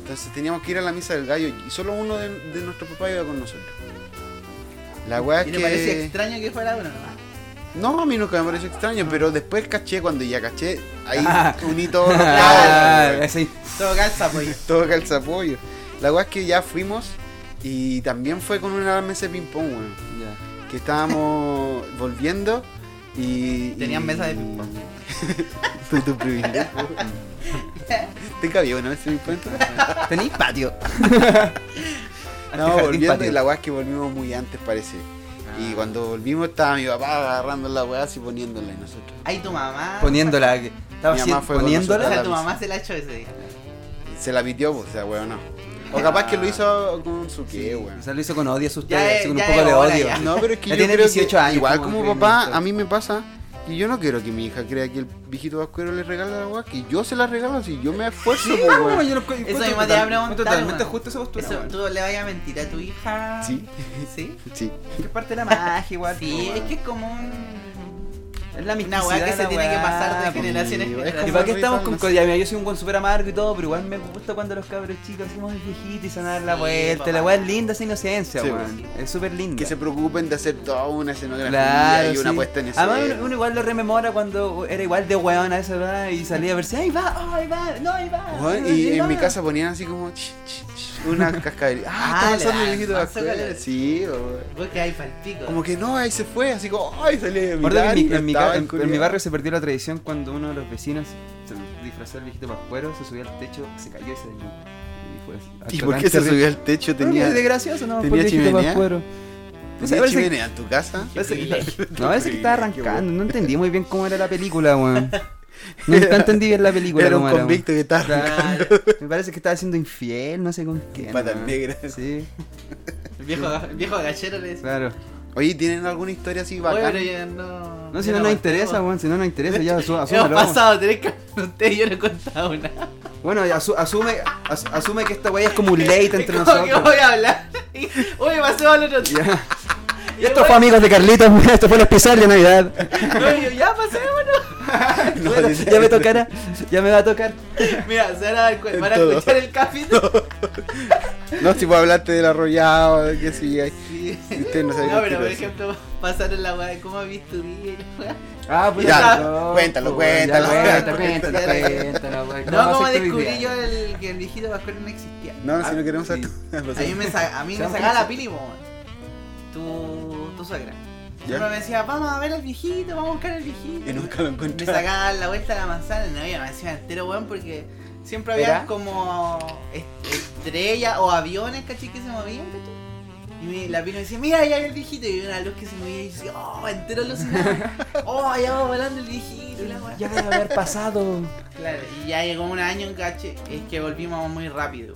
Entonces teníamos que ir a la misa del gallo y solo uno de, de nuestros papás iba con nosotros. La weá es Y que... me parecía extraño que fuera uno nomás. No, a mí nunca me pareció extraño, pero después caché, cuando ya caché, ahí Ah. uní todos los Ah, cabos, sí. Todo calza, pues. todo calzapollo. La weá es que ya fuimos y también fue con una mesa de ping-pong, weón. Ya. Que estábamos volviendo y. Tenían y- mesa de ping-pong. tu, tu privilegio. ¿Te cabía una mesa de ping-pong? ¿Tenéis patio? No, Jardín volviendo patio. y la weá es que volvimos muy antes, parece. Ah. Y cuando volvimos estaba mi papá agarrando la weá así poniéndola y nosotros. Ay, tu mamá. Poniéndola. que- Estaba Mi así, mamá fue con O poniéndola. nosotros. sea, tu mamá se la echó ese día. Se la pitió, pues, o sea, weón, no. O capaz que lo hizo con su Ah. Sí, qué, weón. O sea, lo hizo con odio a sus Ya ustedes, es- con un ya poco es de hora, odio. ya. No, pero es que Ya yo tiene creo que 18 años, pues, Igual como como, que papá, mientras- a mí me pasa que yo no quiero que mi hija crea que el viejito vascuero le regala la weá, que yo se la regalo si yo me esfuerzo, po, weón. Ah, yo lo encu- Eso encuentro mismo te iba a total- preguntar, Totalmente weón. justo esa postura. Eso, weón. tú le vayas a mentir a tu hija. Sí, Sí. sí. Que es parte de la magia, igual. pues, Sí, po, es weón. que es como un. Es la Una weá que se misticidad, tiene que la pasar de weá, pues, po. generación en amigo, es ¿Y generación. como- para qué estamos Ritual, con no sé. cosas? Ya, mira, Yo soy un buen super amargo y todo, pero igual me gusta cuando los cabros chicos hacemos el viejito y sanar la Sí, vuelta. papá. La weá es linda esa inocencia, Sí, pues. weón. Es súper linda. Que se preocupen de hacer toda una escenografía Claro, y una sí. puesta en escena. Además, uno, uno igual lo rememora cuando era igual de weón a esa edad y salía a verse, ahí va, oh, ahí va, no, ahí va. Weón, no, y ahí en mi va". casa ponían así como ch, ch, ch, una cascabería. Ah, Ah, le está pasando el dan viejito falso vascuero. calor. Sí, weón. Vos que hay palpico. Como que no, ahí se fue, así como, ay, salí de Me acuerdo que en Milán mi, y no en mi ca- estaba el en- en mi culiao. barrio se perdió la tradición cuando uno de los vecinos se disfrazó el viejito pascuero, se subió al techo, se cayó y se desmayó. Y fue así. ¿Y Acto por tan qué se terrible. subió al techo? Tenía, Tenía, de gracioso, ¿no? tenía Por el viejito chimenea. pascuero. No sé, tenía parece que- chimenea en tu casa. Parece que- privilegio. No, parece que estaba privilegio, arrancando. No entendí muy bien cómo era la película, weón. No entendí bien la película, Era un cómo weón. convicto que estaba Claro. Me parece que estaba siendo infiel, no sé con quién. Patas weón. negras. Sí, El viejo, el viejo gachero le dice. claro. Oye, ¿tienen alguna historia así Oye, bacana? pero ya no. No, si ya no nos partí, interesa, vos. weón. Si no nos interesa, ya asu- Hemos asúmelo. weón. pasado tres con usted y yo no he contado una. Bueno, ya asu- asume, as- asume que esta weá es como un late entre Es como que nosotros. voy a hablar. Y, Oye, pasó al otro. Ya. Y Esto fue amigos de Carlitos, esto fue el especial de Navidad. No, yo, ya pasé uno. No, Bueno, dice- ya me tocará, ya me va a tocar. Mira, se van a dar cuenta. Van a Todo. escuchar el capítulo. No, si puedo hablarte del arrollado, de que sí. hay- Sí. Usted no sabe No, qué pero quiero por ejemplo, pasaron la weá de cómo has visto tu día y la weá. Ah, pues Ya, ya, cuéntalo, no, cuéntalo, ya, Cuéntalo, cuéntalo, cuéntalo, cuéntalo, weón. No, como sí estoy descubrí bien. yo el, que el viejito Pascual no existía. No, Ah, si no queremos sí. saber. A mí me, sa- a mí me Seamos sacaba la felices. pili, po, weón. tu, tu suegra. Ya. Siempre me decía, vamos a ver al viejito, vamos a buscar al viejito. Y nunca lo Me encontré. sacaban la vuelta a la manzana y no había, me decían entero, weón, porque siempre había ¿Era? como est- estrellas o aviones, caché, que se movían, caché. Y me- la pili me decía, mira, allá hay el viejito. Y vi una luz que se movía y yo decía, oh, entero alucinado. oh, allá va volando el viejito, y la weá. Ya debe haber pasado. Claro, y ya llegó un año en caché, es que volvimos muy rápido.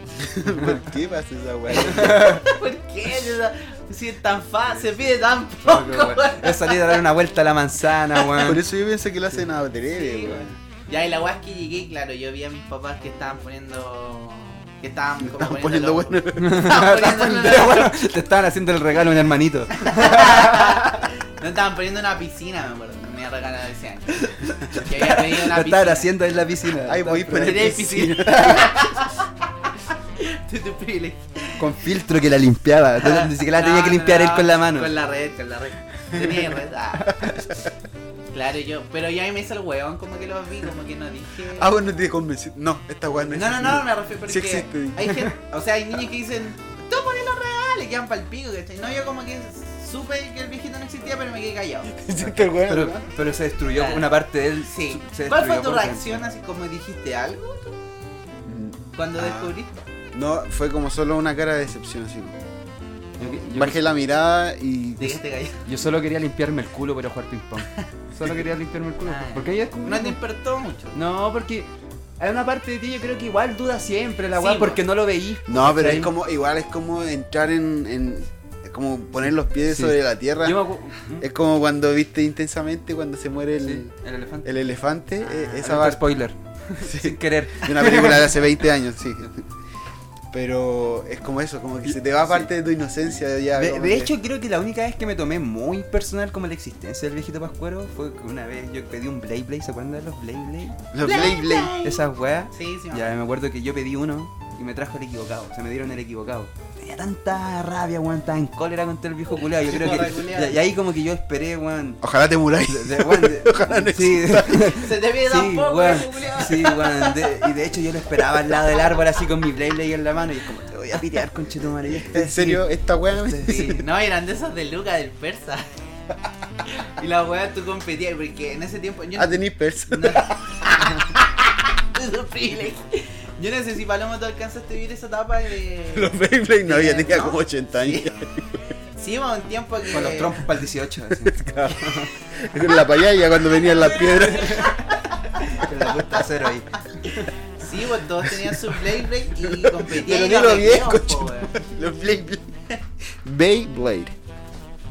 ¿Por qué pasa esa weá? ¿Por qué? Si es tan fácil, se pide tan poco. weón. He salido a dar una vuelta a la manzana, Por weón. eso yo pienso que lo hacen a breve, Ah. Sí, weón. weón. Ya, y la weá es que llegué, y claro, yo vi a mis papás que estaban poniendo. que estaban como Están poniendo los- bueno. Estaban poniendo Pero una- bueno, te estaban haciendo el regalo a un hermanito. No estaban poniendo una piscina, me acuerdo. Me había regalado ese año. Que había pedido Lo una estaban piscina. haciendo en la piscina. Ay, voy Estaban para Tenía el piscina. piscina. Tu- tu privilegio. Con filtro que la limpiaba. Entonces, Ni siquiera la tenía Ah, No, que no, limpiar él no, con la mano. Con la red, con la red. Tenía red. ah. Claro, yo. Pero ya me hizo el weón, como que lo vi, como que no dije. Ah, bueno, te convencí. No, esta weá no es. No, no, no, me refiero porque Sí existe. hay gente, o sea, hay niños que dicen, tú pones los reales, y quedan pa'l pico, ¿cachai? No, yo como que supe que el viejito no existía, pero me quedé callado. Hiciste el weón, Pero, ¿no? pero se destruyó Claro. una parte de él. Sí. se- se ¿Cuál fue destruyó tu por reacción así como dijiste algo cuando Ah. descubriste? No, fue como solo una cara de decepción, así. como. dentro. Yo- yo- Bajé la mirada y. Te quedaste callado. Yo solo quería limpiarme el culo para jugar ping pong. Solo quería limpiarme el culo. Ah, ya. Porque ahí es como. No te despertó mucho. No, porque Hay una parte de ti, yo creo que igual duda siempre la Sí, weá po. porque no lo veí. No, pero ¿cachai? es como, igual es como entrar en, en- es como poner los pies Sí. sobre la tierra. Yo me acu- Es como cuando viste intensamente cuando se muere el, Sí, el elefante. el elefante, Ah, eh, esa Alerta parte. spoiler. Sin querer. De una película de hace 20 años, sí. Pero es como eso, como que se te va Sí. parte de tu inocencia ya. De, como de que- hecho, creo que la única vez que me tomé muy personal como la existencia del viejito Pascuero fue que una vez yo pedí un Blade Blade. ¿Se acuerdan de los Blade Blade? Los Blade Blade. Esas weas. Sí, sí, Ya me acuerdo que yo pedí uno y me trajo el equivocado. O sea, me dieron el equivocado. Tenía tanta rabia, weón. Estaba en cólera contra el viejo culeado. Yo Sí, creo porra, que. culiao. Y, y ahí como que yo esperé, weón. Ojalá te muráis. de- de- weón, de- Ojalá no sí, Se te pide sí, tampoco, weón. culiao. Sí, weón. De- y de hecho yo lo esperaba al lado del árbol así con mi Blade Blade en la mano. Y es como, te voy a pitear, conchetumare. Y este En así, serio, esta weá me- Sí. Sí, no, eran de esas de Luca del Persa. Y la weá tú competías, porque en ese tiempo yo Ah, tenéis persa. no, Es un privilegio. Yo no sé si Paloma tú alcanzaste a vivir esa etapa de. Los Beyblade no, ya Eh, tenía ¿no? como 80 años. Sí, hubo un tiempo que. Con los trompos para el 18. así. Con la payaya cuando venían las piedras. Con la puesta a cero ahí. Sí, pues todos tenían su play break y competían Pero en ni los lo vi, recreos, coche. po, weón. Los Beyblade. Beyblade.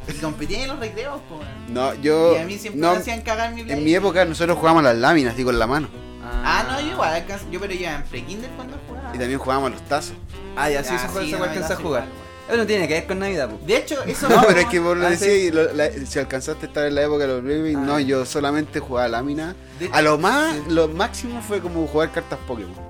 Y competían en los recreos, po, weón. No, yo. Y a mí siempre no, me hacían cagar mi play. en mi época nosotros jugábamos las láminas, digo, en la mano. Ah, no, yo igual alcanz- Yo, pero yo en pre-kinder cuando jugaba. Y también jugábamos a los tazos. Ah, ya, sí, Ah, esa fue sí, esa no, weá alcanza a no, jugar. sí, igual, Eso no tiene que ver con Navidad, po. De hecho, eso No, no- pero es que vos lo Ah, decís, y lo- la- si alcanzaste a estar en la época de los Beyblade, Ah. no, yo solamente jugaba lámina. De- A lo más, lo máximo fue como jugar cartas Pokémon.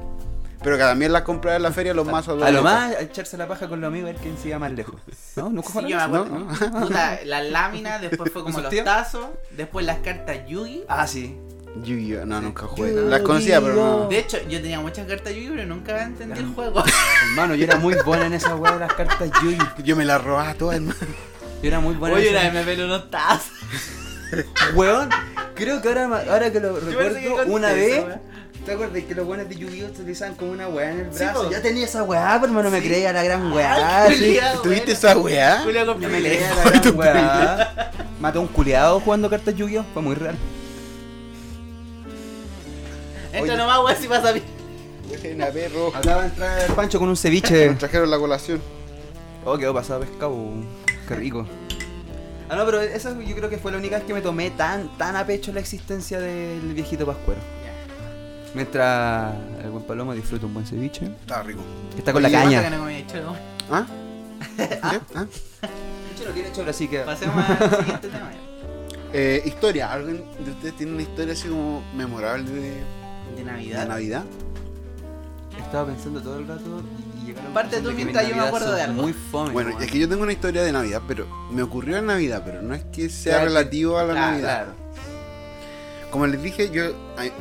Pero que también las compraba en la feria los más A lo más, a echarse la paja con los amigos, a ver quién siga más lejos. No, nunca Sí, fue yo me la- acuerdo. ¿no? Puta, las láminas, después fue como ¿Con los sentido? tazos, después las cartas Yugi. Ah, sí. Yu-Gi-Oh! No, nunca jugué. Yu-Gi-Oh. Las conocía, pero no. De hecho, yo tenía muchas cartas Yugi, pero nunca entendí el juego. Hermano, yo era muy bueno en esa weá de las cartas Yugi. Yo me las robaba todas, hermano. Yo era muy bueno Oye, en una esa- vez me peló unos tazos. Weón, creo que ahora, ma- ahora que lo recuerdo, parece que conté una esa vez. weá. ¿Te acuerdas que los buenos de Yu-Gi-Oh! utilizaban como una weá en el Sí, brazo? po. yo tenía esa weá, pero hermano, me Sí. creía la gran weá. Ay, sí. culiao, ¿Tuviste bueno. esa weá? Julio con Yo me privilegio. creía la gran weá. Mató a un culeado jugando cartas Yu-Gi-Oh! Fue muy real. Entra Oye. nomás, weón, si pasa bien. Dejen a perro. Acaba de entrar el Pancho con un ceviche. Nos trajeron la colación. Oh, quedó pasado pescado. Qué rico. Ah, no, pero esa yo creo que fue la única vez que me tomé tan, tan a pecho la existencia del viejito pascuero. Mientras el buen Palomo disfruta un buen ceviche. Estaba rico. Que está con la Oye, Que caña. no comía choro. ¿Ah? ¿Qué? ¿Ah? Yo no quiero choro, así que. Pasemos al siguiente tema. Eh, historia. ¿Alguien de ustedes tiene una historia así como memorable de, de De Navidad. Navidad? Estaba pensando todo el rato y llegaron. Parte tú mientras yo me acuerdo de algo. Muy fome. Bueno, weón. es que yo tengo una historia de Navidad, pero me ocurrió en Navidad, pero no es que sea Claro, relativo a la Claro, Navidad. claro. Como les dije, yo ay,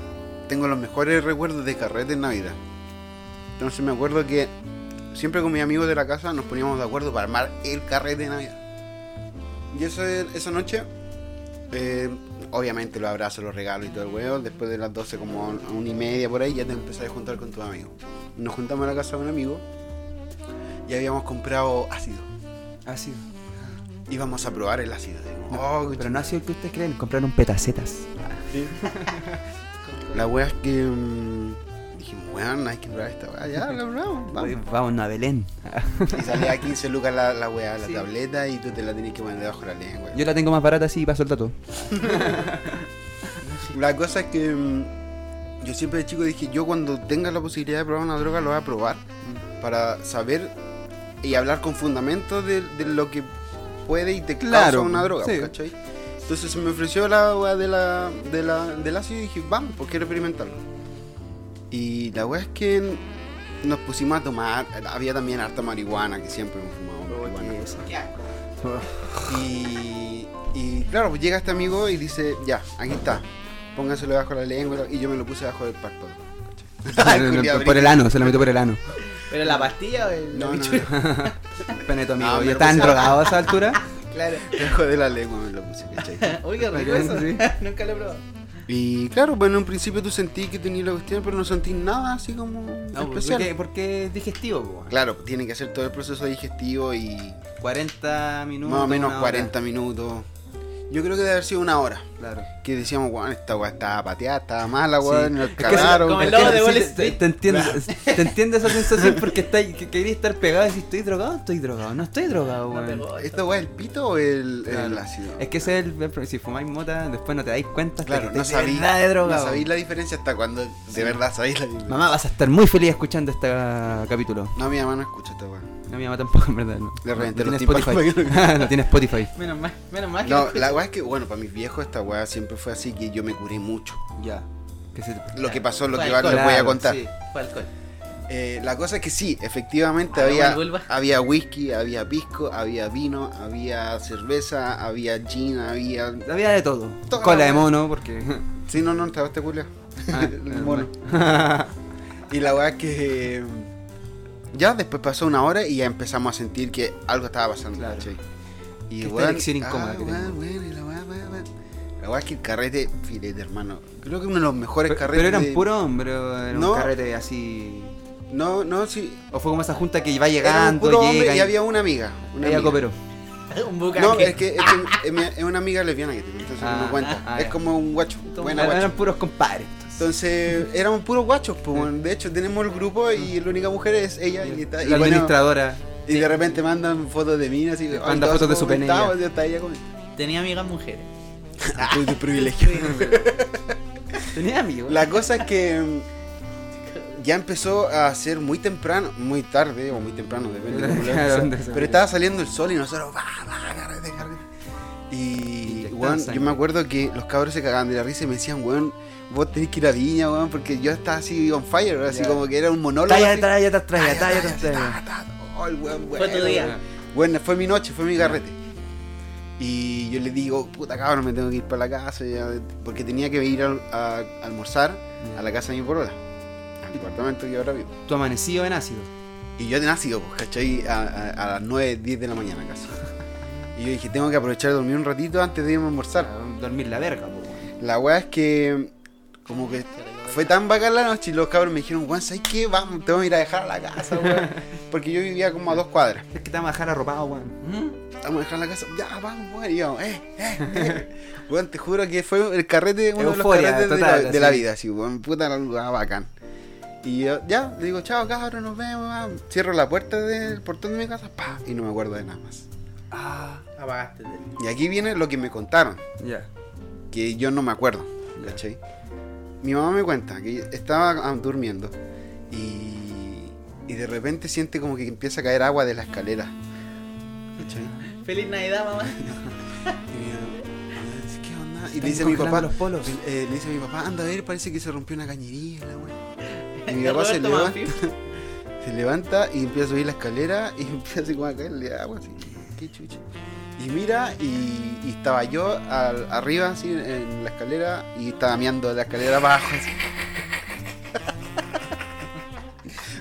tengo los mejores recuerdos de carrete en Navidad. Entonces me acuerdo que siempre con mis amigos de la casa nos poníamos de acuerdo para armar el carrete de Navidad. Y eso, esa noche, eh, obviamente los abrazos, los regalos y todo el huevo. Después de las 12, como a un- a una y media por ahí, ya te empezás a juntar con tus amigos. Nos juntamos a la casa de un amigo y habíamos comprado ácido. Así. Íbamos a probar el ácido. así como, oh, Ah, pero no ha sido el que ustedes creen. Compraron petacetas. La wea es que. mm, dijimos, weón, hay que probar esta wea. Ya, la probamos, vamos. Vamos a Belén. Y salía a 15 lucas la, la wea, la Sí. tableta, y tú te la tenías que poner debajo de la lengua. Yo la tengo más barata así y paso el dato. La cosa es que. mm, yo siempre de chico dije, yo cuando tenga la posibilidad de probar una droga, lo voy a probar. Mm. Para saber y hablar con fundamento de, de lo que puede y te Claro, causa una droga, sí. ¿cachai? Entonces se me ofreció la wea de la, de la, del ácido y dije, vamos, pues quiero experimentarlo. Y la wea es que nos pusimos a tomar, había también harta marihuana, que siempre hemos Oh, fumado marihuana. Ya. Y, y claro, pues llega este amigo y dice, ya, aquí está, póngaselo debajo de la lengua y yo me lo puse debajo del párpado. ¿cachai? Por el- Culiao, por el ano, se la metió por el ano. Pero la pastilla o el. No, no, bicho? no, Peneto amigo. Ah, ¿Y me están puse- drogados a esa altura? Claro. debajo de la lengua me lo puse, ¿cachai? Uy, qué rico Ok, eso. sí. Nunca lo he probado. Y claro, bueno, en principio tú sentí que tenía la cuestión, pero no sentí nada así como No, pues, especial. porque, porque es digestivo, po, weón. Claro, tiene que hacer todo el proceso digestivo y 40 minutos. más o menos una hora. 40 minutos. Yo creo que debe haber sido una hora. Claro. Que decíamos, weón, esta weá estaba pateada, estaba mala, weón, nos Es que cagaron. como el es que lobo de sí, Wall te- Street. Te, te entiendo, te entiendo esa sensación porque está, que quería estar pegado y decir, ¿estoy drogado? ¿Estoy drogado? No estoy drogado, No weón. pegó ¿Esta weá es el pito o el, Claro. el ácido? Es que ese es el problema. Si fumáis mota, después no te dais cuenta. hasta Claro, que no estáis de sabí, verdad de drogado. no sabí la diferencia hasta cuando de verdad sabéis la diferencia. Mamá, vas a estar muy feliz escuchando este capítulo. No, mi mamá no escucha esta weá. No, mi mamá tampoco, en verdad. No, Le reventé no los tiene tímpanos para Spotify. no tiene Spotify. Menos mal, menos Ah, mal que No, la weá es que, bueno, para mis viejos esta weá siempre fue así que yo me curé mucho. Ya. Que se- Lo que pasó, lo Fue que va, les alcohol, voy a claro, contar. Sí, fue alcohol. Eh, la cosa es que sí, efectivamente Ah, había, bueno, vuelva. había whisky, había pisco, había vino, había cerveza, había gin, había... Había de todo. Todo. Cola de mono, porque. Sí, no, no, estaba este culia. Ah, El mono. Y la weá es que... eh, Ya después pasó una hora y ya empezamos a sentir que algo estaba pasando. Claro. ¿cachai? Y Que esta weón, erección incómoda ah, que weón, tengo. weón, y la weá, weá, weá. La weá es que el carrete, filete, hermano. Creo que uno de los mejores pero, carretes. pero eran de- puro hombre, o era No. un carrete así. No, no, sí. O fue como esa junta que va Era un llegando, puro hombre llega y había una amiga. Una ella amiga. cooperó. Un bucaque. No, es que, es, que es mi- es una amiga lesbiana que tengo, entonces Ah, no cuenta. ah, es ya. como un guacho, buena Eran guacho. puros compadres. entonces. Entonces éramos puros guachos, pues, bueno. de hecho tenemos el grupo y la única mujer es ella y está- y la bueno, administradora. y de repente mandan fotos de mí, así Mandan ay, todas fotos de su como pene, estaba, está ella con Tenía amigas mujeres. Soy de privilegio. Tenía amigos. La cosa es que mm, ya empezó a ser muy temprano, muy tarde o muy temprano, depende. de Claro, cómo lo dónde hagas. se pero vea. estaba saliendo el sol y nosotros, va, va, carrete, carrete. Y, Inyectar weón, sangre. yo me acuerdo que los cabros se cagaban de la risa y me decían, weón, vos tenés que ir a Viña, weón, porque yo estaba así on fire, así Ya. como que era un monólogo. Talla, así. talla, talla, talla, Talla, talla, talla, talla. ta, ta. Oh, el weón, Fue tu bueno, día. weón. Bueno, fue mi noche, fue mi carrete. Y yo le digo, puta cabrón, me tengo que ir para la casa. ya", porque tenía que ir a, a almorzar a la casa de mi porola. Al apartamento que ahora vivo. Tu amanecido en ácido. Y yo de nacido, pues, ¿cachai? A, a- a las 9, 10 de la mañana casi. Y yo dije, tengo que aprovechar de dormir un ratito antes de irme a almorzar. Dormir la verga, po, weón. La weá es que, como que fue tan bacán la noche y los cabros me dijeron, weón, ¿sabes qué? Vamos, te voy a ir a dejar a la casa, weón. Porque yo vivía como a dos cuadras. Es que te vamos a dejar arropado, weón. ¿Mm? Vamos a dejar la casa. Ya, vamos, weón. Y yo, eh, eh, eh. Weón, te juro que fue el carrete, uno Euforia de los carretes de la- de, total, la, así. vida, así, weón. Puta la lugar bacán. Y yo, ya, le digo, chao, cabrón, nos vemos. va. Cierro la puerta del portón de mi casa, pa, y no me acuerdo de nada más. Ah, Apagaste. el teléfono. Y aquí viene lo que me contaron, ya. que yo no me acuerdo, ¿cachai? Mi mamá me cuenta que estaba ah, durmiendo y, y de repente siente como que empieza a caer agua de la escalera. ¿Cachai? Feliz Navidad, mamá. Y mi mamá, Eh, ¿Qué onda? Y Están le dice a mi congelando papá, los polos. eh, le dice a mi papá, anda a ver, parece que se rompió una cañería la wea. Y mi El papá se Roberto levanta, Manfield. se levanta y empieza a subir la escalera y empieza así como a caerle agua así. Qué chucha. Y mira, y, y estaba yo al- arriba así en, en la escalera y estaba meando la escalera abajo así.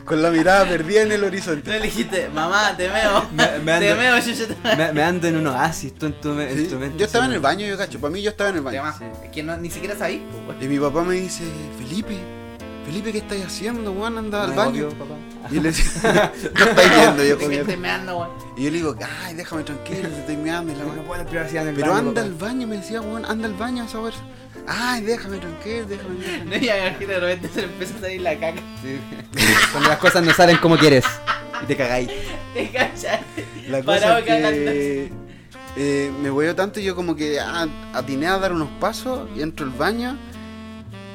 Con la mirada perdida en el No horizonte. le dijiste, mamá, te meo. Me- me te ando- meo, chucheta. Me, me ando en un oasis, tú en tu, me- en Sí, tu mente. Yo estaba sí, en el baño, yo cacho. Para mí yo estaba en el baño. Además, es que no, ni siquiera sabí. pues, po, weón. Y mi papá me dice, Felipe, Felipe, ¿qué estáis haciendo, weón? Anda al Me baño. golpeó, papá. Y le decía, no estáis viendo, yo Es que estoy comía. meando, weón. Y yo le digo, ay, déjame tranquilo, te estoy meando y la weá. puedo privacidad en el Pero anda al papá. baño, me decía, weón, anda al baño a saber. Ay, déjame tranquilo, déjame tranquilo. No, y a ver que de repente se le empieza a salir la caca. Sí. Cuando las cosas no salen como quieres. Y te cagáis. Te cachas. La cosa Parado es cagando. que eh, me huevo tanto, yo como que ah, atiné a dar unos pasos y entro al baño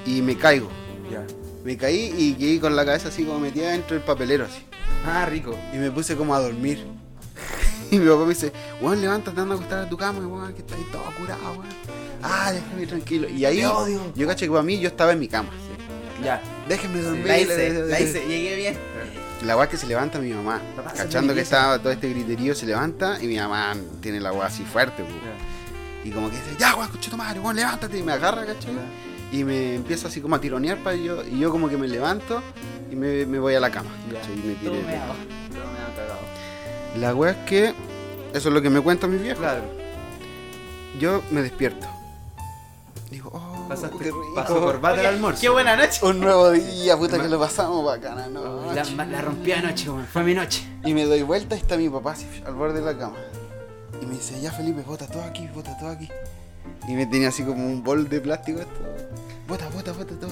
y me caigo. Ya. Me caí y quedé con la cabeza así como metida dentro del papelero así. Ah, rico. Y me puse como a dormir. Y mi papá me dice, weón, levántate, anda a acostar a tu cama, weón, que estás ahí todo curado, weón. Ah, déjame tranquilo. Y ahí, Te odio. yo caché que para mí, yo estaba en mi cama. Ya. Déjenme dormir. La hice, la hice, llegué bien. La weá es que se levanta mi mamá. Papá, se Cachando me que empieza. estaba todo este griterío, se levanta y mi mamá tiene la weá así fuerte, weón. Y como que dice, ya, weón, escucha tu madre, weón, levántate. Y me agarra, caché. Y me empieza así como a tironear para yo. Y yo como que me levanto y me, me voy a la cama. Ya. ¿cachai? Y me Todo tiré. meado. Todo meado cagado. La weá es que, eso es lo que me cuentan mis viejos. Claro. Yo me despierto. Digo, oh, qué Pasaste, rico. pasó corbata al Oye, almuerzo. Qué buena noche. Un nuevo día, puta que lo pasamos bacana, ¿no? Uy, La, la rompí anoche, weón. Fue mi noche. Y me doy vuelta y está mi papá así, al borde de la cama. Y me dice, ya Felipe, bota todo aquí, bota todo aquí. Y me tenía así como un bol de plástico esto. Bota, bota, bota todo.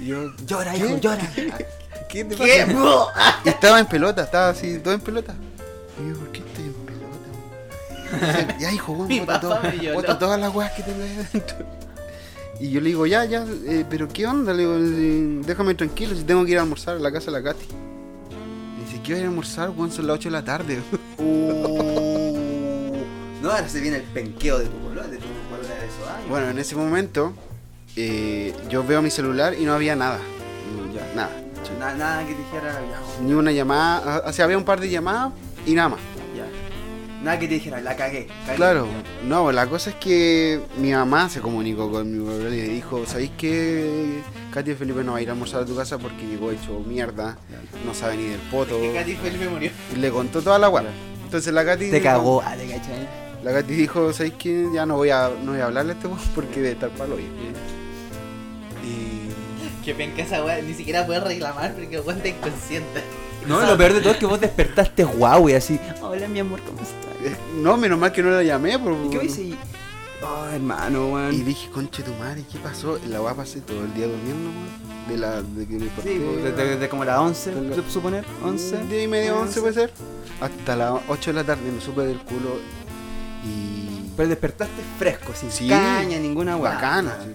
Y yo, Llora, ¿Qué? hijo, llora. ¿qué te ¿Qué? pasa? Y estaba en pelota, estaba así, todo en pelota. Y yo, ¿por qué estoy en pelota? Y dice, Ya, hijo, weón, Mi bota, papá todo, me lloró. bota todas las weas que tengo ahí adentro. Y yo le digo, ya, ya, eh, pero ¿qué onda? Le digo, eh, déjame tranquilo, si tengo que ir a almorzar a la casa de la Katy. Y dice, ¿qué voy a ir a almorzar, weón? Son las 8 de la tarde. Uh, no, ahora se viene el penqueo de tu color, de tu color de eso. ay. Bueno, en ese momento, eh, yo veo mi celular y no había nada. Mm, ya, nada. Na- nada que te dijera ya, Ni una llamada, o sea, había un par de llamadas y nada más. ya. Nada que te dijera, la cagué. cagué. Claro, no, la cosa es que mi mamá se comunicó con mi papá y le dijo, ¿sabéis qué? Katy Felipe no va a ir a almorzar a tu casa porque llegó hecho mierda, no sabe ni del poto. Que Katy Felipe murió. Y le contó toda la guarda. Entonces la Katy... Te dijo- cagó, ah, te cachai. La Katy dijo, ¿sabéis qué? Ya no voy a, no voy a hablarle a este weón porque de estar palo hoy. Y... Que penca esa weá, ni siquiera puede reclamar porque weá está inconsciente. No, lo peor de todo es que vos despertaste guau y así. Hola, mi amor, ¿cómo estás? Eh, No, menos mal que no la llamé, por ¿Y qué hice? Y- Oh, hermano, Y weón. dije, conche tu madre, ¿qué pasó? La weá pasé todo el día durmiendo, weón. De la. de que me Sí, corté, pues, desde desde como las 11, ¿puedo suponer, 11. Mm, Diez y media, once pues. Once. puede ser. Hasta las 8 de la tarde me supe del culo. Y. Pero despertaste fresco, sin Sí. caña, ninguna weá. bacana. sí.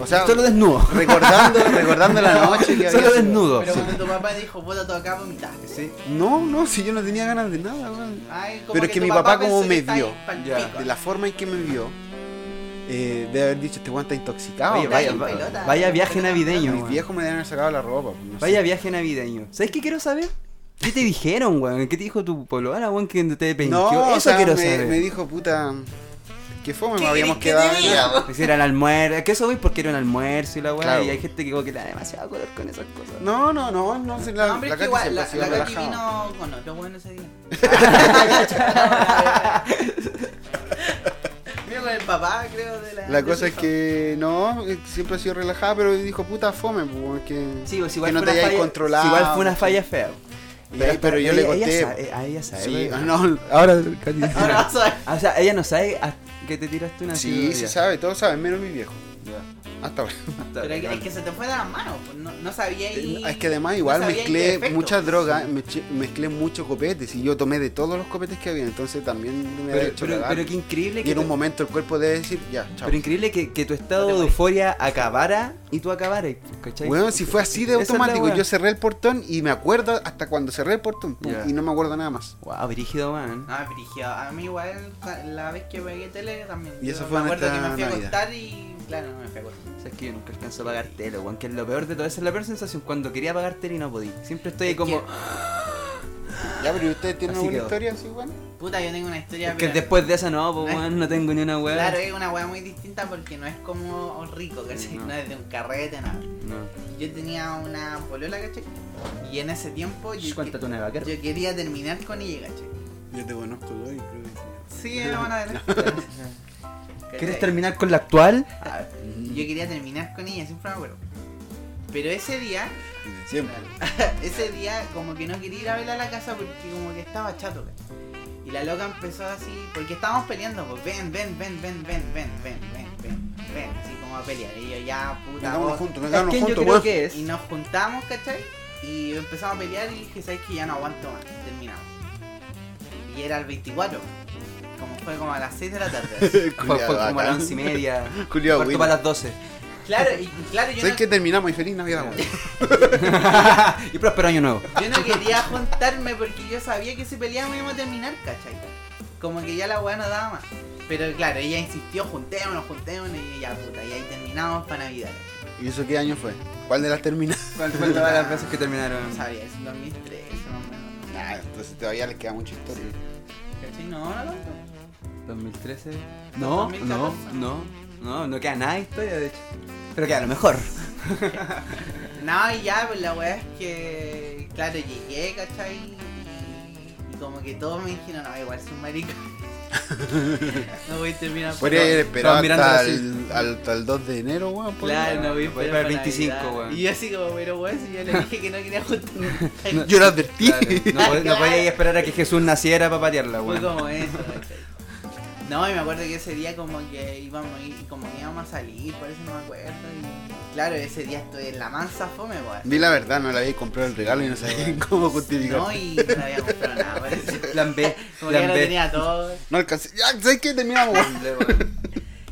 O sea, Solo desnudo. recordando, recordando la noche que había Solo sido. desnudo. Pero cuando tu papá dijo, puta, todo acá vomitaste. Sí. No, no, si yo no tenía ganas de nada, weón. Ay, como Pero es que tu mi papá pensó como que me está vio, ahí pa'l ya, pico. De la forma en que me vio, eh, de haber dicho, este weón está intoxicado. Oye, vaya, en vaya- pelota. vaya viaje navideño. Mis weón. viejos me deben haber sacado la ropa. pues, no sé. Vaya viaje navideño. ¿Sabes qué quiero saber? ¿Qué te dijeron, weón? ¿Qué te dijo tu polola, weón? Que te penqueó. No, Eso o sea, quiero me, saber. me dijo, puta, que fome, ¿Qué me habíamos querés quedado. que te en diga, la- Es decir, era el almuerzo. Es que eso voy porque era un almuerzo y la weá. Claro. Y hay gente que como que le da demasiado color con esas cosas. No, no, no, no, si la, No, hombre, la es Katy que igual, siempre la, ha sido la Katy relajada. vino con otro bueno ese día. Vino con el papá, creo, de la... La de cosa su es que no, eh, siempre ha sido relajada, pero dijo, puta, fome, pues, que, Sí, pues igual que no fue una te hayáis falla- controlado. si igual fue una falla fea. Y ahí- pero yo le ella- conté. Ella sabe, a ella sabe. sí, ¿verdad? ah, no, ahora Katy. Ahora vas a ver. Ah, O sea, ella no sabe a- que te tiraste una sí, sí se sabe, todos saben, menos mi viejo. Hasta ahora. Pero es que- es que se te fue de las manos, pues, no, no sabía y... Es que además igual no sabía en qué mezclé efecto. muchas drogas, meche- mezclé muchos copetes y yo tomé de todos los copetes que había, entonces también me había Pero, hecho pero, cagar. pero qué increíble Y que en un tu- momento el cuerpo debe decir, ya, chao. Pero increíble que, que tu estado No te de voy. euforia acabara y tú acabaras, ¿cachai? Weón, si fue así de Esa es la automático, weá. yo cerré el portón y me acuerdo hasta cuando cerré el portón pum, Ya. y no me acuerdo nada más. Wow, brígido, man. No, brígido. A mí igual, ca- la vez que pegué tele también. Y eso Yo fue me en acuerdo que esta me fui a Navidad. acostar y... Claro, no me fui a acostar. Sabes que yo nunca alcanzo a pagar tele, weón. Que es lo peor de todo. Esa es la peor sensación. Cuando quería pagar tele y no podía. Siempre estoy Es como. Ya, pero ¿y ustedes tienen Así alguna quedó. historia así, weón? Puta, yo tengo una historia... Es que pero- después de esa no, pues No es- weón, no tengo ni una weá. Claro, es una weá muy distinta porque no es como rico, ¿cachai? No. No, es de un carrete, nada. No. Yo tenía una polola, ¿cachai? Y en ese tiempo Shh, yo, Cuéntate una de vaquero. yo quería terminar con ella, ¿cachai? Yo te conozco, hoy, creo que Sí, era buena de las- ¿Cachai? ¿Quieres terminar con la actual? Ah, Mm. Yo quería terminar con ella, siempre me acuerdo. Pero ese día, Siempre. ese día como que no quería ir a verla a la casa porque como que estaba chato, ¿cachai? Y la loca empezó así, porque estábamos peleando, pues ven, ven, ven, ven, ven, ven, ven, ven, ven, ven, así como a pelear. Y yo ya, puta, Vengámonos vos- juntos, Es vengámonos que yo juntos, creo weón. que es. Y nos juntamos, ¿cachai? Y empezamos a pelear y dije, ¿sabes que Ya no aguanto más. Terminamos. Y era el 24. Como fue como a las 6 de la tarde. Fue, fue como a las once y media. Culiao, cuarto Will. para las doce. claro, y claro, yo ¿Sabes no, que terminamos y feliz Navidad, weón? y próspero año nuevo. yo no quería juntarme porque yo sabía que si peleábamos íbamos a terminar, ¿cachai? Como que ya la weá no daba más. Pero claro, ella insistió, juntémonos, juntémonos y ya puta, y ahí terminamos para Navidad. ¿cachai? ¿Y eso qué año fue? ¿Cuál de las terminaste? ¿Cuál fue todas las veces que terminaron? No sabía, es 2013 más o menos. Nah, Ah, entonces todavía le queda mucha historia. ¿Cachai? No, no, no. no. 2013. No, no, 2014. no, no, no queda nada de historia de hecho. Pero queda lo mejor. No, y ya, pues la weá es que, claro, llegué, ¿cachai? Y, y como que todos me dijeron, no, igual es un maricón. no voy a terminar Podría haber esperado Estaban mirando hasta así. el, al- hasta el 2 de enero, weón. por Claro, lo no voy a no voy a esperar para esperar 25, Navidad. weón. Y yo así como, pero weón, si yo le dije que no quería juntar. menos. Yo lo advertí. Claro, no pod- no podía ir a esperar a que Jesús naciera para patearla, Fue weón. como eso, ¿cachai? No, y me acuerdo que ese día como que íbamos a ir- como que íbamos a salir, por eso no me acuerdo. Y claro, ese día estoy en la mansa fome, weón. Di la verdad, no le había comprado el regalo y no sabía cómo justificar. No, y no había comprado nada, parece. Lambé, Como que ya lo lambé. tenía todo. No alcancé. Ya, ¿sabes qué? Terminamos, weón. Lambé, weón.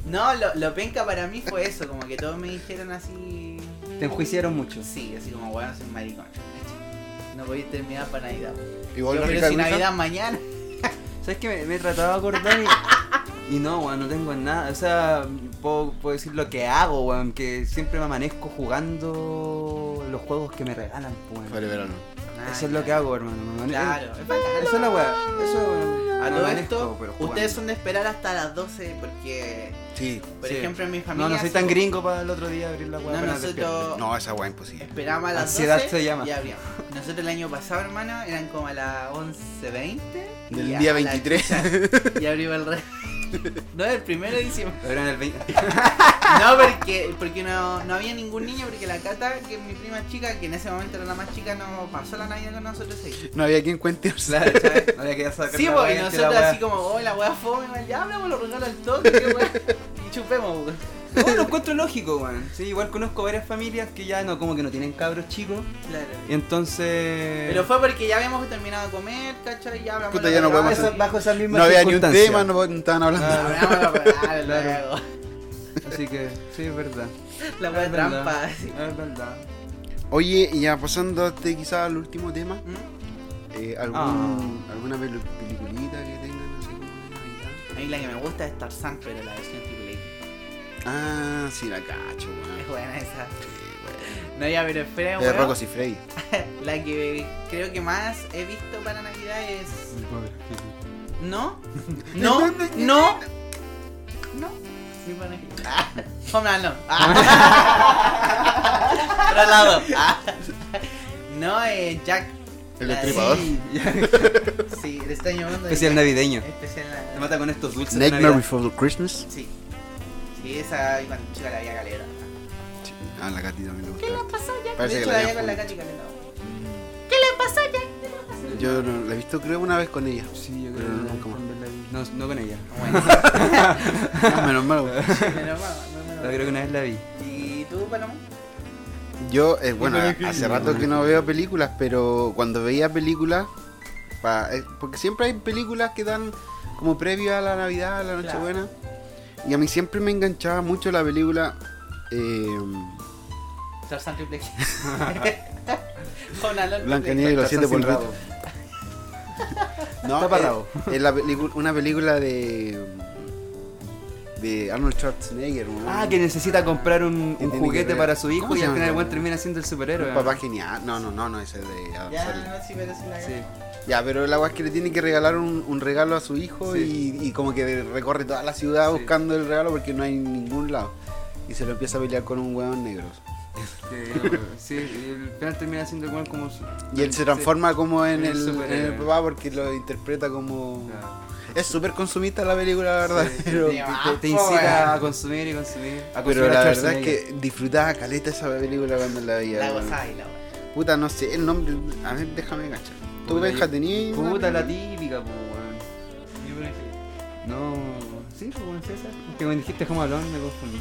No, lo, lo penca para mí fue eso, como que todos me dijeron así. Te enjuiciaron mucho. Sí, así como, bueno, soy un maricón. ¿cachai? No voy a terminar para Navidad. Igual Yo, la pero rica si bruja. Navidad mañana. ¿Sabes qué? Me, me he tratado de acordar y, y no, weón, no tengo nada. O sea, puedo, puedo decir lo que hago, weón, que siempre me amanezco jugando los juegos que me regalan, pues, weón. Vale, verano. Eso es lo que hago, hermano. me amane- Claro, es bacán. Eso eh, es la weá. Eso A me todo amanezco, esto, pero jugando. ustedes son de esperar hasta las 12 porque, Sí. por Sí. ejemplo, en mi familia... No, no soy sí, tan po- gringo para el otro día abrir la weá. No, apenas despierto. nosotros No, esa weá imposible. esperábamos a las Ansiedad 12 se llama. y abríamos. Nosotros el año pasado, hermano, eran como a las 11.20. y Del a día la 23. chucha, Y abrimos el re... No, el primero de diciembre. Abran el 20. No, porque, porque no, no había ningún niño, porque la Cata, que es mi prima chica, que en ese momento era la más chica, no pasó la Navidad con nosotros ahí. No había quien cuente. Claro, ¿sabes? No había que sacar Sí, la porque weá, nosotros la así como, oh, la weá fome, mal, ya hablamos los regalos al toque, qué weá. Y chupemos, weón. weá. No, lo encuentro lógico, weón. Sí, igual conozco varias familias que ya no, como que no tienen cabros chicos. Claro. Y entonces. Pero fue porque ya habíamos terminado de comer, ¿cachai? Ya hablamos. Puta, la ya no weá, podemos eso- hacer- bajo esas mismas No había ni un circunstancias. tema, no, no estaban hablando. Hablamos la weá, luego. Así que, sí, es verdad. La weá Es trampa. verdad. así. Ah, Es verdad. Oye, y ya pasando este quizás al último tema. ¿Mm? eh, algún, ¿Alguna pelu- peliculita que tengan así como de Navidad? A mí la que me gusta es Tarzan, pero la versión triple X. Ah, sí, la cacho, Es weón. buena esa. Sí, weón. No, ya, pero espera, De weón. Rocos y Freddy. La que creo que más he visto para Navidad es. ¿No? ¿No? ¿No? ¿No? Mi pobre angelito. Ah, Home Run no. Ah. Otro lado. Ah. No, eh, Jack. El La de- destripador. pues. Sí, le está llamando. de este Especial Jack. navideño. Especial Te navideño. mata con estos dulces. de Nightmare Navidad. Before Christmas. Sí. Sí, esa igual, chica la había calera. Sí. Ah, la Katy también le gusta. pasó, Jack? Parece de que hecho, la la había había con la jugado. Katy calera. Yo no, la he visto creo una vez con ella. Sí, yo Pero creo que nunca más. también la vi. No, no con ella. Bueno, Ah, menos mal. weón. pero Yo vamos, creo que una vez la vi. ¿Y tú, Paloma? Yo, eh, bueno, hace rato que no veo películas, pero cuando veía películas, pa- eh, porque siempre hay películas que dan como previo a la Navidad, a la Nochebuena, y a mí siempre me enganchaba mucho la película. eh, Tarzan triple X. Home Alone Blanca triple X. Nieves y los siete Tarzán sin polvitos. rabo. No, Tapa es- rabo. es la pelicu- una película de de Arnold Schwarzenegger, weón. Ah, que necesita comprar un, Que un tiene que juguete ver. para su hijo ¿Cómo y se al llama? final el weón termina siendo el superhéroe. Un papá genial. No, no, no, no, ese es de Adam Sandler. Ya, sí, pero sí la Sí. Ya, pero la weá es que le tiene que regalar un, un regalo a su hijo Sí. y, y como que recorre toda la ciudad Sí. buscando el regalo porque no hay en ningún lado. Y se lo empieza a pelear con un hueón negro. Que- sí, y al final termina siendo el weón como su- Y él se transforma como En en el el, en el superhéroe. papá porque lo interpreta como... Claro. Es súper consumista la película, la verdad. Sí. pero Sí, Te, te incita a consumir y consumir. A pero consumir a la verdad es Schwarzenegger. que disfrutaba caleta esa película cuando la veía. La weón. gozada y la wea. Puta, no sé, el nombre... A ver, déjame enganchar. ¿Tú, Puta, Benja, yo- tenías una Puta la película? típica, po, weón. No. Sí, po, weón, sí, esa. Es Que cuando dijiste Home Alone me confundí.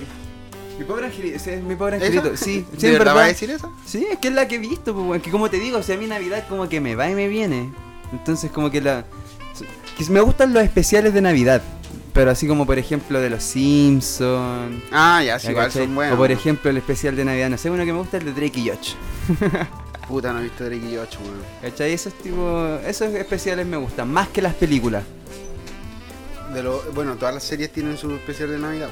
Mi pobre angelito, ese es mi pobre ¿Esa? angelito. Sí, sí, ¿De en verdad vas a verdad. decir eso? Sí, es que es la que he visto, po, weón. Que como te digo, o sea, a mí Navidad como que me va y me viene. Entonces, como que la. que me gustan los especiales de Navidad. Pero así como, por ejemplo, de los Simpsons. Ah, ya, sí, igual ¿cachai? son buenos. o por ejemplo el especial de Navidad, no sé, uno que me gusta es el de Drake y Josh. Puta, no he visto Drake y Josh, weón. ¿Cachai? Esos tipo, esos especiales me gustan, más que las películas. De lo, bueno, todas las series tienen su especial de Navidad.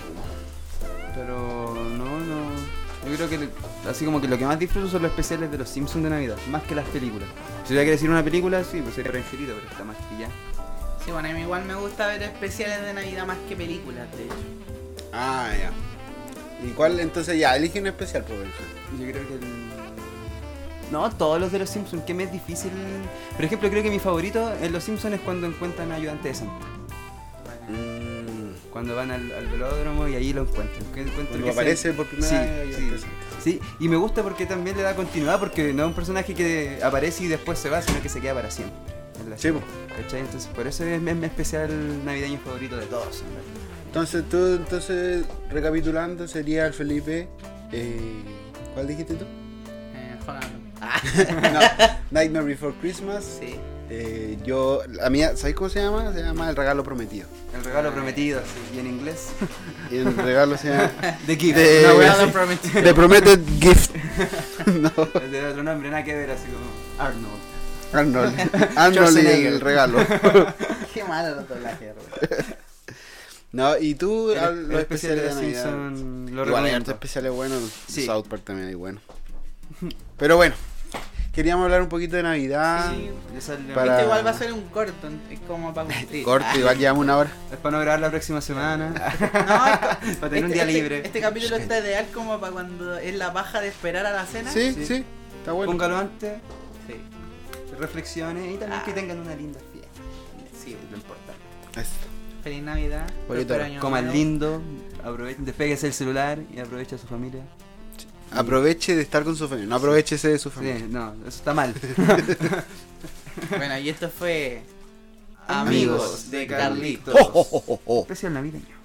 Pero no, no. Yo creo que le- así como que lo que más disfruto son los especiales de los Simpsons de Navidad, más que las películas. Si tuviera que decir una película, sí, pues sería Angelito, pero está más que ya. Sí, bueno, a mí igual me gusta ver especiales de Navidad más que películas, de hecho. Ah, ya. ¿Y cuál? Entonces ya, elige un especial, pues. Yo creo que el. No, todos los de los Simpsons, que me es difícil. Por ejemplo, creo que mi favorito en los Simpsons es cuando encuentran ayudante de Santa. Mm, Cuando van al, al velódromo y ahí lo encuentran. Que encuentro Cuando que es el- aparece por primera Sí, vez. sí. Sí, y me gusta porque también le da continuidad, porque no es un personaje que aparece y después se va, sino que se queda para siempre. en la Sí, pues. po. ¿Cachai? Entonces, por eso es mi, mi especial navideño favorito de todos. en verdad. Entonces tú, entonces, recapitulando, sería el Felipe. eh, ¿Cuál dijiste tú? Eh, Holland. No, Nightmare Before Christmas. Sí. Eh, yo, la mía, ¿sabes cómo se llama? Se llama El Regalo Prometido. El Eh, regalo prometido, sí, y en inglés. Y el regalo se llama The Gift. De- No, No, weón, weón, sí. lo prometí. The Prometed Gift. No, es de otro nombre, nada que ver, así como Arnold. Arnold. Arnold y Schwarzenegger. el regalo. Qué malo los doblajes, weón. No, y tú, El- ah, el los especiales de los Navidad. Simpson lo Igual hay hartos recomiendo. especiales buenos. Sí. South Park también hay bueno. Pero bueno, queríamos hablar un poquito de Navidad. Sí, ya sale- Para- Este igual va a ser un corto, es como para cumplir. Corto, Ah. igual llevamos una hora. Es para no grabar la próxima semana. No, es co- para tener un día este- libre. Este, capítulo está ideal como para cuando es la paja de esperar a la cena. Sí, sí, Sí. está bueno. Póngalo antes, Sí. reflexiones y también Ah. que tengan una linda fiesta. Sí, lo importante. Eso. Feliz Navidad. Bonito. próspero año Coman nuevo. lindo, aprovechen, despeguense el celular y aprovecha a su familia. Aproveche de estar con su familia. No aprovechese de su familia. Sí, no, eso está mal. Bueno, y esto fue Amigos de Carlitos. Oh, oh, oh, oh, oh. Especial navideño.